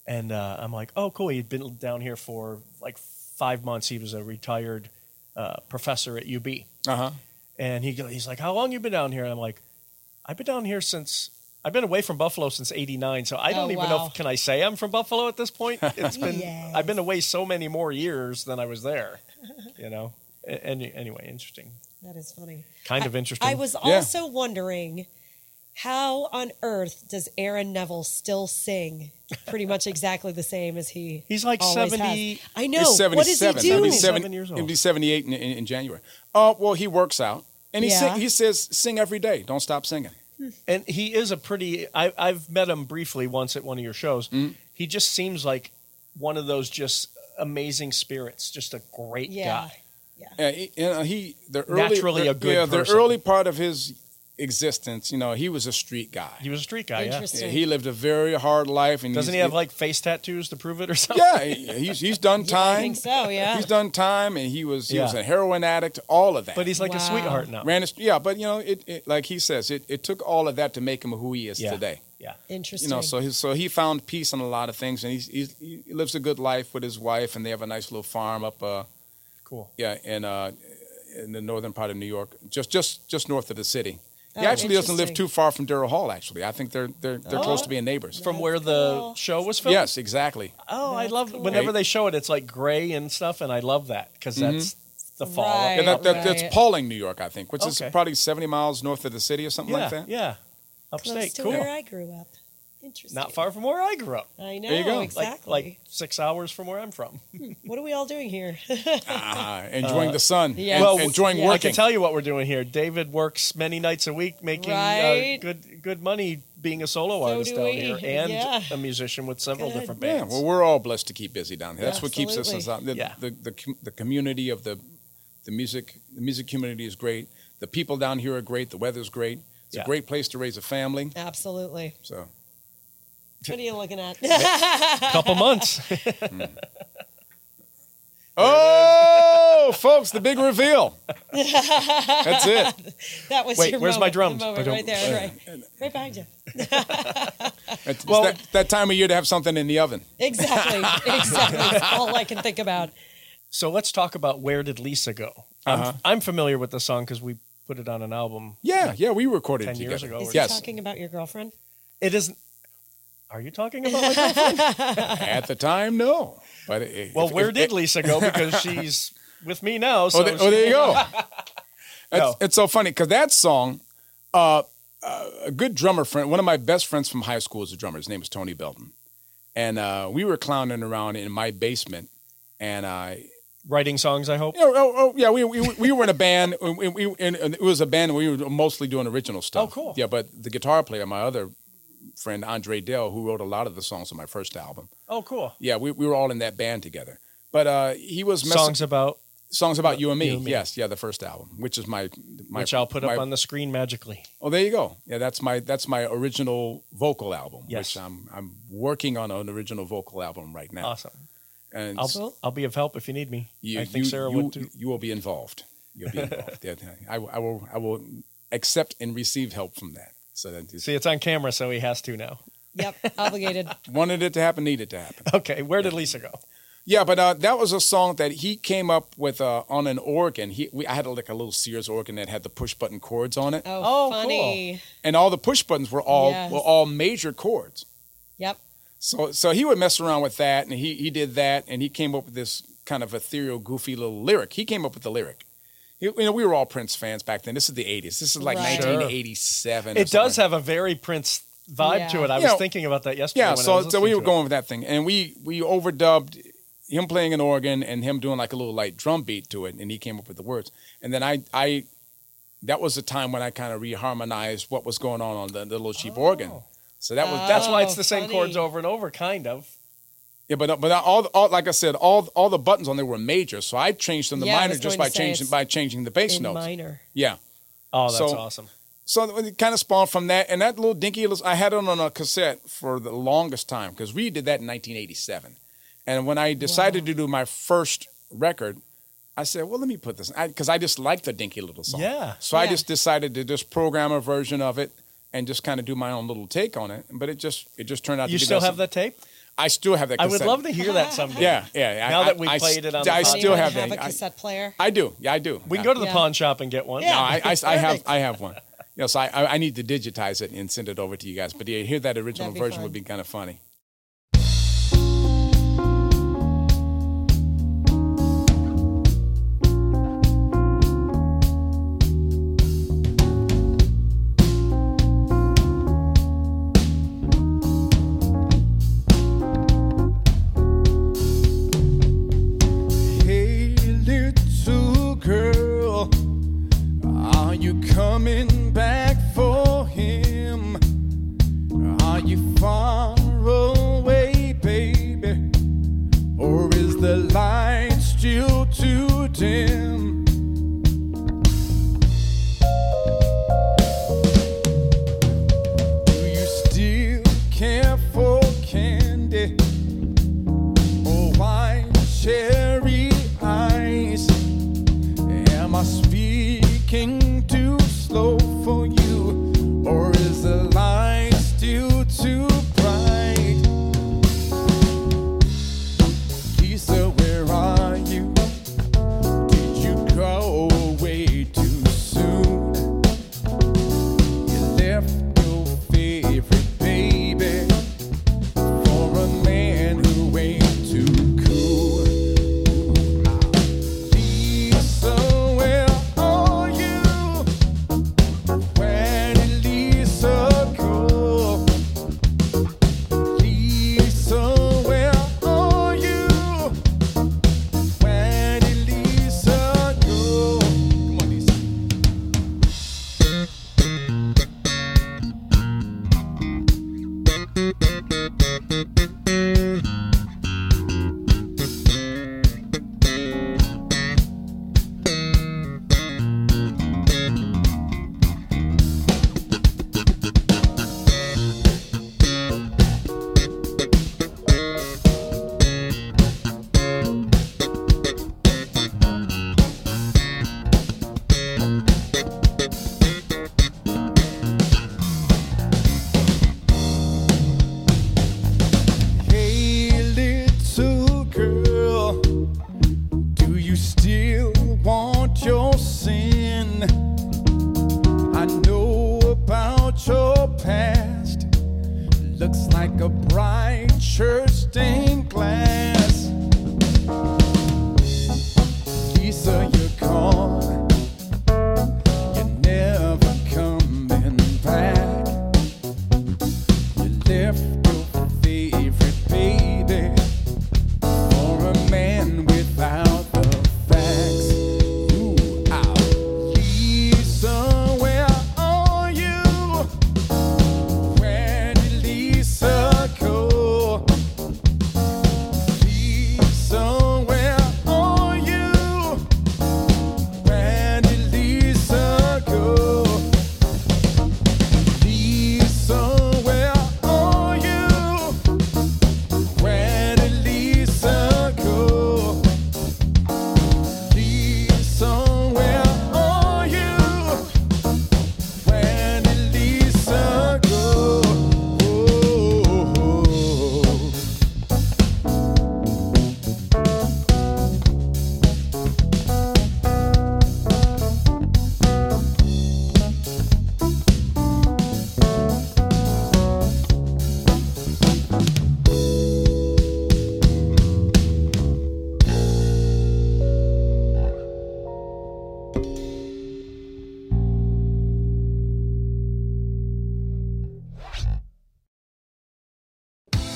Speaker 2: and uh, I'm like, oh, cool. He'd been down here for like five months. He was a retired uh, professor at UB,
Speaker 1: Uh huh.
Speaker 2: and he go- he's like, how long you been down here? And I'm like, I've been down here since. I've been away from Buffalo since '89, so I
Speaker 5: Oh,
Speaker 2: don't even know.
Speaker 5: wow.
Speaker 2: If, can I say I'm from Buffalo at this point? It's been
Speaker 5: Yes.
Speaker 2: I've been away so many more years than I was there. You know. A- Any, anyway, interesting.
Speaker 5: That is funny.
Speaker 2: Kind of
Speaker 5: I-
Speaker 2: interesting.
Speaker 5: I was
Speaker 1: Yeah.
Speaker 5: also wondering how on earth does Aaron Neville still sing pretty much exactly the same as he
Speaker 2: He's like
Speaker 5: always
Speaker 2: 70
Speaker 5: has? I know.
Speaker 1: He's
Speaker 5: What does he
Speaker 1: 77.
Speaker 5: do?
Speaker 1: He'll be
Speaker 2: 77 years old.
Speaker 1: He'll be 78 in, in, in January. Oh, well, he works out. And he,
Speaker 5: Yeah.
Speaker 1: sing, he says, sing every day. Don't stop singing.
Speaker 2: and he is a pretty I, i've met him briefly once at one of your shows
Speaker 1: Mm-hmm.
Speaker 2: he just seems like one of those just amazing spirits just a great
Speaker 5: Yeah.
Speaker 2: guy
Speaker 1: Yeah, he, you know, he the early,
Speaker 2: Naturally
Speaker 1: the,
Speaker 2: a good
Speaker 1: yeah, the
Speaker 2: person.
Speaker 1: early part of his existence, you know, he was a street guy.
Speaker 2: he was a street guy yeah
Speaker 5: Interesting.
Speaker 1: Yeah, he lived a very hard life, and
Speaker 2: doesn't
Speaker 1: he's-
Speaker 2: he have like face tattoos to prove it or something
Speaker 1: Yeah, he- he's he's done
Speaker 5: I
Speaker 1: time.
Speaker 5: think so, yeah.
Speaker 1: He's done time, and he was he was
Speaker 2: Yeah.
Speaker 1: a heroin addict. All of that,
Speaker 2: but he's like a
Speaker 5: Wow.
Speaker 2: sweetheart now
Speaker 1: ran. His, yeah, but you know, it, it like he says, it, it took all of that to make him who he is
Speaker 2: Yeah.
Speaker 1: today. You
Speaker 5: Interesting.
Speaker 1: know, so he, so he found peace in a lot of things, and he's, he's, he lives a good life with his wife, and they have a nice little farm up, uh,
Speaker 2: cool
Speaker 1: yeah, in uh, in the northern part of New York, just just just north of the city. He
Speaker 5: Oh,
Speaker 1: actually doesn't live
Speaker 5: interesting. Oh.
Speaker 1: too far from Darrow Hall. Actually, I think they're they're they're close to being neighbors.
Speaker 2: from where the
Speaker 5: cool.
Speaker 2: show was filmed
Speaker 1: Yes, exactly.
Speaker 2: oh i
Speaker 5: That's
Speaker 2: love
Speaker 5: cool.
Speaker 2: whenever
Speaker 1: Hey.
Speaker 2: they show it it's like gray and stuff and i love that because that's the fall
Speaker 5: Right.
Speaker 1: Yeah, that, that,
Speaker 5: Right.
Speaker 1: That's Pauling, New York, I think, which
Speaker 2: Okay.
Speaker 1: is probably 70 miles north of the city or something
Speaker 2: yeah
Speaker 1: like that.
Speaker 2: yeah
Speaker 5: Close
Speaker 2: upstate
Speaker 5: to
Speaker 2: cool
Speaker 5: where I grew up. Interesting.
Speaker 2: not far from where i grew up
Speaker 5: I know,
Speaker 1: you go.
Speaker 5: Oh, exactly.
Speaker 2: like, like six hours from where i'm from
Speaker 5: what are we all doing here?
Speaker 1: Ah, enjoying the sun.
Speaker 5: yeah.
Speaker 1: and
Speaker 5: Well,
Speaker 1: enjoying
Speaker 5: yeah.
Speaker 2: Uh, I
Speaker 1: working.
Speaker 2: can tell you what we're doing here. David works many nights a week, making uh,
Speaker 5: Right?
Speaker 2: good good money being a solo
Speaker 5: So
Speaker 2: artist
Speaker 5: do
Speaker 2: down
Speaker 5: we.
Speaker 2: here and
Speaker 5: Yeah.
Speaker 2: a musician with several
Speaker 5: Good.
Speaker 2: different
Speaker 1: yeah,
Speaker 2: bands.
Speaker 1: well, we're all blessed to keep busy down here. That's what keeps us
Speaker 5: Absolutely.
Speaker 1: inside. The,
Speaker 2: Yeah.
Speaker 1: the, the, com- the community of the, the music the music community is great. The people down here are great. The weather's great. It's
Speaker 2: Yeah.
Speaker 1: a great place to raise a family.
Speaker 5: Absolutely.
Speaker 1: So
Speaker 5: What are you looking at?
Speaker 2: couple months.
Speaker 1: Oh, folks, the big reveal. That's it.
Speaker 5: that was
Speaker 2: Wait,
Speaker 5: your
Speaker 2: where's
Speaker 5: moment,
Speaker 2: my
Speaker 5: the
Speaker 2: drums?
Speaker 5: moment
Speaker 2: Ba-dum.
Speaker 5: right there, right, right behind you.
Speaker 1: It's,
Speaker 2: Well-
Speaker 1: it's that, that time of year to have something in the oven.
Speaker 5: Exactly, exactly. That's all I can think about.
Speaker 2: so let's talk about where did Lisa go?
Speaker 1: Uh-huh.
Speaker 2: I'm, I'm familiar with the song because we put it on an album.
Speaker 1: Yeah, yeah, we recorded
Speaker 2: 10
Speaker 1: it
Speaker 2: years
Speaker 1: together.
Speaker 2: ago.
Speaker 5: Is
Speaker 1: Oh, Yes.
Speaker 5: he talking about your girlfriend?
Speaker 2: It isn't. Are you talking about? my girlfriend?
Speaker 1: At the time, no. But it,
Speaker 2: well,
Speaker 1: if-
Speaker 2: where
Speaker 1: if-
Speaker 2: did Lisa go? Because she's with me now. So
Speaker 1: Oh, there, oh, there you go. It's,
Speaker 2: No.
Speaker 1: it's so funny because that song, uh, uh, a good drummer friend, one of my best friends from high school is a drummer. His name is Tony Belton, and uh, we were clowning around in my basement, and uh,
Speaker 2: writing songs. I hope.
Speaker 1: oh, oh, oh, yeah, we, we we were in a band. We, we, and it was a band. We were mostly doing original stuff.
Speaker 2: Oh, cool.
Speaker 1: Yeah, but the guitar player, my other friend Andre Dell, who wrote a lot of the songs on my first album.
Speaker 2: Oh, cool.
Speaker 1: Yeah, we, we were all in that band together. But uh, he was messing-
Speaker 2: Songs about
Speaker 1: songs about you and me.
Speaker 2: You and Me.
Speaker 1: Yes, yeah, the first album, which is my my
Speaker 2: which I'll put up
Speaker 1: my-
Speaker 2: on the screen magically.
Speaker 1: Oh, there you go. Yeah, that's my that's my original vocal album.
Speaker 2: Yes.
Speaker 1: which I'm I'm working on an original vocal album right now.
Speaker 2: Awesome.
Speaker 1: And
Speaker 2: I'll, I'll be of help if you need me.
Speaker 1: you,
Speaker 2: I
Speaker 1: you,
Speaker 2: think Sarah
Speaker 1: you,
Speaker 2: would too.
Speaker 1: you will be involved. You'll be involved. yeah, I, I will I will accept and receive help from that. So that is,
Speaker 2: See, it's on camera, so he has to now.
Speaker 5: Yep, obligated.
Speaker 1: wanted it to happen, needed to happen.
Speaker 2: Okay, where did Lisa go?
Speaker 1: Yeah, but uh, that was a song that he came up with uh, on an organ. He we, I had like a little Sears organ that had the push button chords on it,
Speaker 5: Oh,
Speaker 2: Oh,
Speaker 5: funny.
Speaker 1: and all the push buttons were all
Speaker 5: Yes.
Speaker 1: were all major chords.
Speaker 5: Yep.
Speaker 1: So so he would mess around with that, and he he did that, and he came up with this kind of ethereal, goofy little lyric. He came up with the lyric. You you know, we were all Prince fans back then. This is the 80s. This is like
Speaker 5: Right. Sure.
Speaker 1: 1987. or
Speaker 6: It does
Speaker 1: something.
Speaker 6: have a very Prince vibe to
Speaker 5: Yeah.
Speaker 6: it. I
Speaker 1: You
Speaker 6: was
Speaker 1: know,
Speaker 6: thinking about that yesterday.
Speaker 1: Yeah,
Speaker 6: when I
Speaker 1: so
Speaker 6: was
Speaker 1: so we
Speaker 6: listening
Speaker 1: were
Speaker 6: to it.
Speaker 1: going with that thing, and we we overdubbed him playing an organ and him doing like a little light drum beat to it, and he came up with the words. And then I I that was the time when I kind of reharmonized what was going on on the, the little cheap organ. So that was
Speaker 6: That's
Speaker 1: that's
Speaker 6: why
Speaker 1: why
Speaker 6: it's the same
Speaker 5: Oh, funny.
Speaker 6: chords over and over, kind of.
Speaker 1: yeah, but but all, all like I said, all all the buttons on there were major, so I changed them to
Speaker 5: Yeah, I
Speaker 1: minor
Speaker 5: was
Speaker 1: just
Speaker 5: going
Speaker 1: by
Speaker 5: to say
Speaker 1: changing
Speaker 5: it's
Speaker 1: by changing the bass
Speaker 5: in
Speaker 1: notes.
Speaker 5: minor.
Speaker 1: Yeah.
Speaker 6: Oh, that's
Speaker 1: So-
Speaker 6: awesome.
Speaker 1: So it kind of spawned from that, and that little dinky. little- I had it on a cassette for the longest time because we did that in 1987. And when I decided to do my first record, I said, "Well, let me put this," because I, just like the dinky little song.
Speaker 6: Yeah.
Speaker 1: So I
Speaker 5: Yeah.
Speaker 1: just decided to just program a version of it and just kind of do my own little take on it. But it just it just turned out.
Speaker 6: You
Speaker 1: to be
Speaker 6: still
Speaker 1: that
Speaker 6: have
Speaker 1: song.
Speaker 6: that tape?
Speaker 1: I still have that.
Speaker 6: I would
Speaker 1: cassette.
Speaker 6: love to hear that someday.
Speaker 1: Yeah, yeah. I-
Speaker 6: Now that
Speaker 1: I-
Speaker 6: we
Speaker 1: I
Speaker 6: played it on
Speaker 1: st-
Speaker 6: the
Speaker 1: I
Speaker 6: podcast.
Speaker 1: still
Speaker 5: Anyone
Speaker 1: have,
Speaker 5: have a
Speaker 1: that. I,
Speaker 5: cassette player.
Speaker 1: I do. Yeah, I do.
Speaker 6: We
Speaker 1: Yeah.
Speaker 6: can go to the
Speaker 5: Yeah.
Speaker 6: pawn shop and get one.
Speaker 1: No, I, I, I have
Speaker 5: Perfect.
Speaker 1: I have one. Yes, I, I I need to digitize it and send it over to you guys. But to hear that original
Speaker 5: That'd be
Speaker 1: version
Speaker 5: fun.
Speaker 1: would be kind of funny. Hey, little girl, are you coming back for him? Are you far away, baby? Or is the light still too dim? Do you still care for candy? Oh, why cherry eyes? Am I speaking too slow for you? Or is the light still too bright? Lisa, where are you? Did you go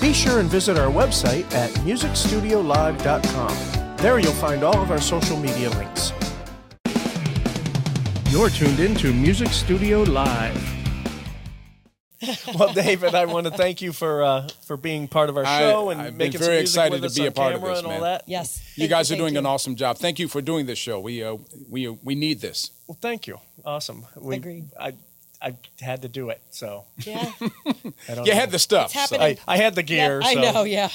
Speaker 2: be sure and visit our website at musicstudiolive.com. There you'll find all of our social media links. You're tuned in to Music Studio Live. well, David, I want to thank you for uh, for being part of our
Speaker 1: I-
Speaker 2: show and
Speaker 1: I've been
Speaker 2: making
Speaker 1: very
Speaker 2: some
Speaker 1: excited
Speaker 2: music with
Speaker 1: to
Speaker 2: us
Speaker 1: be a
Speaker 2: on
Speaker 1: part of
Speaker 2: camera
Speaker 1: this,
Speaker 2: and all
Speaker 1: man.
Speaker 2: that.
Speaker 5: Yes.
Speaker 1: You
Speaker 5: Thank
Speaker 1: guys are doing
Speaker 5: thank
Speaker 1: an awesome job. Thank you for doing this show. We uh, we uh, we need this.
Speaker 2: Well, thank you. Awesome. We,
Speaker 5: Agreed.
Speaker 2: I I had to do it, so
Speaker 5: you. Yeah.
Speaker 2: I don't
Speaker 1: You
Speaker 2: know.
Speaker 1: had the stuff.
Speaker 5: It's happening.
Speaker 2: I, I had the
Speaker 5: Yeah,
Speaker 2: gear.
Speaker 5: I
Speaker 2: so
Speaker 5: know. Yeah.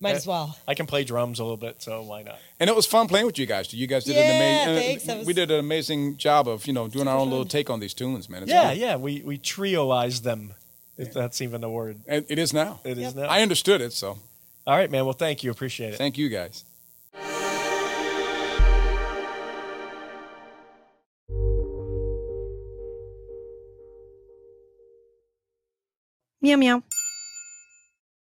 Speaker 5: Might
Speaker 2: Uh,
Speaker 5: as well.
Speaker 2: I can play drums a little bit, so why not?
Speaker 1: And it was fun playing with you guys. You guys did
Speaker 5: Yeah,
Speaker 1: an amazing.
Speaker 5: thanks. That was-
Speaker 1: we did an amazing job of you know doing our own little take on these tunes, man. It's
Speaker 2: yeah,
Speaker 1: good.
Speaker 2: yeah. We we trioized them, if that's even a word.
Speaker 1: And it is now.
Speaker 2: It is
Speaker 5: Yep.
Speaker 2: now.
Speaker 1: I understood it, so
Speaker 2: All right, man. Well, thank you. Appreciate it.
Speaker 1: thank you guys.
Speaker 9: Meow meow.